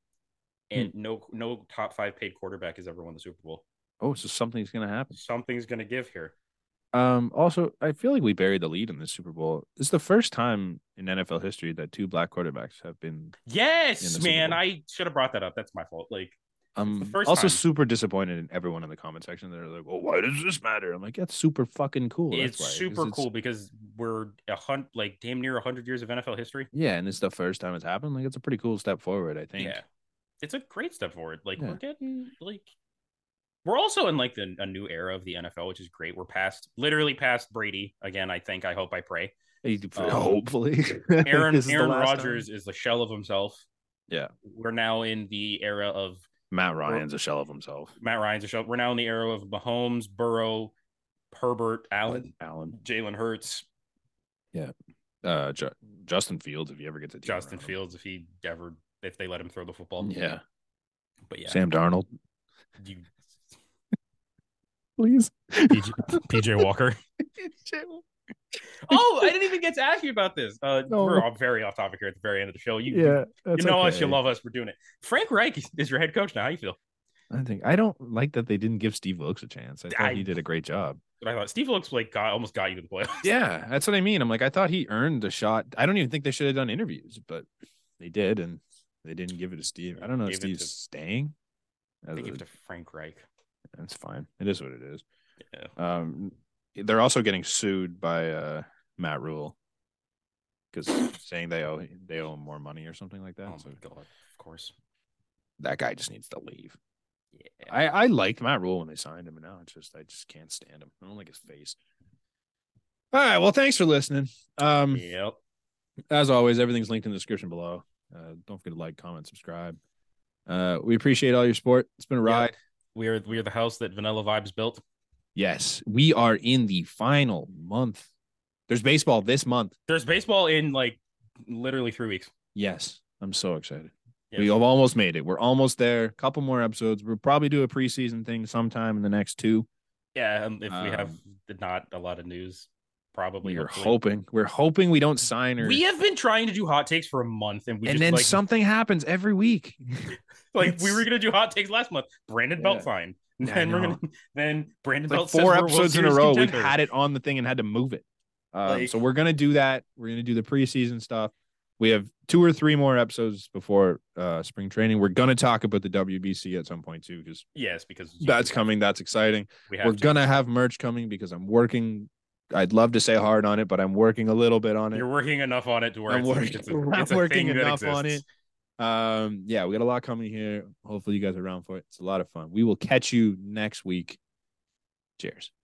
Hmm. and no no top five paid quarterback has ever won the Super Bowl. Oh, so something's gonna happen. Something's gonna give here. Um also I feel like we buried the lead in this Super Bowl. It's the first time in NFL history that two black quarterbacks have been the Yes, Super man, Bowl. I should have brought that up. That's my fault. Like, I'm first um, also time. super disappointed in everyone in the comment section. They're like, "Well, why does this matter?" I'm like, "That's super fucking cool." That's it's why, 'cause super it's- cool because we're a hunt like damn near hundred years of NFL history. Yeah, and it's the first time it's happened. Like, it's a pretty cool step forward. I think. Yeah, it's a great step forward. Like Yeah. we're getting like we're also in like the, a new era of the NFL, which is great. We're past literally past Brady again. I think. I hope. I pray. Hey, Um, hopefully, Like, Aaron this is the Aaron last time. Rodgers is the shell of himself. Yeah. we're now in the era of Matt Ryan's a shell of himself. Matt Ryan's a shell. We're now in the era of Mahomes, Burrow, Herbert, Allen, Allen, Jalen Hurts, uh, Ju- Justin Fields. If you ever get to team Justin around him. Fields, if he ever if they let him throw the football. yeah. but yeah, Sam Darnold, you please. PJ, PJ Walker. oh, I didn't even get to ask you about this. Uh, No. We're all very off topic here at the very end of the show. You, yeah, you know us, you love us. We're doing it. Frank Reich is your head coach now. How you feel? I think I don't like that they didn't give Steve Wilkes a chance. I thought I- he did a great job. But I thought Steve looks like got, almost got you to the playoffs. Yeah, that's what I mean. I'm like, I thought he earned the shot. I don't even think they should have done interviews, but they did, and they didn't give it to Steve. I don't know if Gave it Steve's to- staying. They That's- give it to Frank Reich. That's fine. It is what it is. Yeah. Um, they're also getting sued by uh, Matt Rule because saying they owe they owe him more money or something like that. Oh So my god! Of course. that guy just needs to leave. Yeah. I I liked Matt Rule when they signed him, and now it's just I just can't stand him. I don't like his face. All right. Well, thanks for listening. Um, Yep. as always, everything's linked in the description below. Uh, don't forget to like, comment, subscribe. Uh, we appreciate all your support. It's been a Yeah. ride. We are we are the house that Vanilla Vibes built. Yes, we are in the final month. There's baseball this month. There's baseball in like literally three weeks. Yes, I'm so excited. Yes. We have almost made it. We're almost there. couple more episodes. We'll probably do a preseason thing sometime in the next two. Yeah, um, if we have Um, not a lot of news, probably. We are hopefully. hoping. We're hoping we don't sign her. We have been trying to do hot takes for a month, and we and just then like, something happens every week. like we it's- were gonna do hot takes last month. Brandon Yeah. Beltline, I then we're know. gonna then Brandon It's like Belt says four we're a World episodes in a Series row. We've contender. had it on the thing and had to move it. Um, Like- so we're gonna do that. We're gonna do the preseason stuff. We have two or three more episodes before uh, spring training. We're gonna talk about the WBC at some point too, because Yes, because you- that's coming. That's exciting. we We're have to. gonna have merch coming because I'm working. I'd love to say hard on it, but I'm working a little bit on it. You're working enough on it to where I'm it's, working- it's a, I'm it's a working thing enough that on exists. Um, yeah, we got a lot coming here. Hopefully, you guys are around for it. It's a lot of fun. We will catch you next week. Cheers.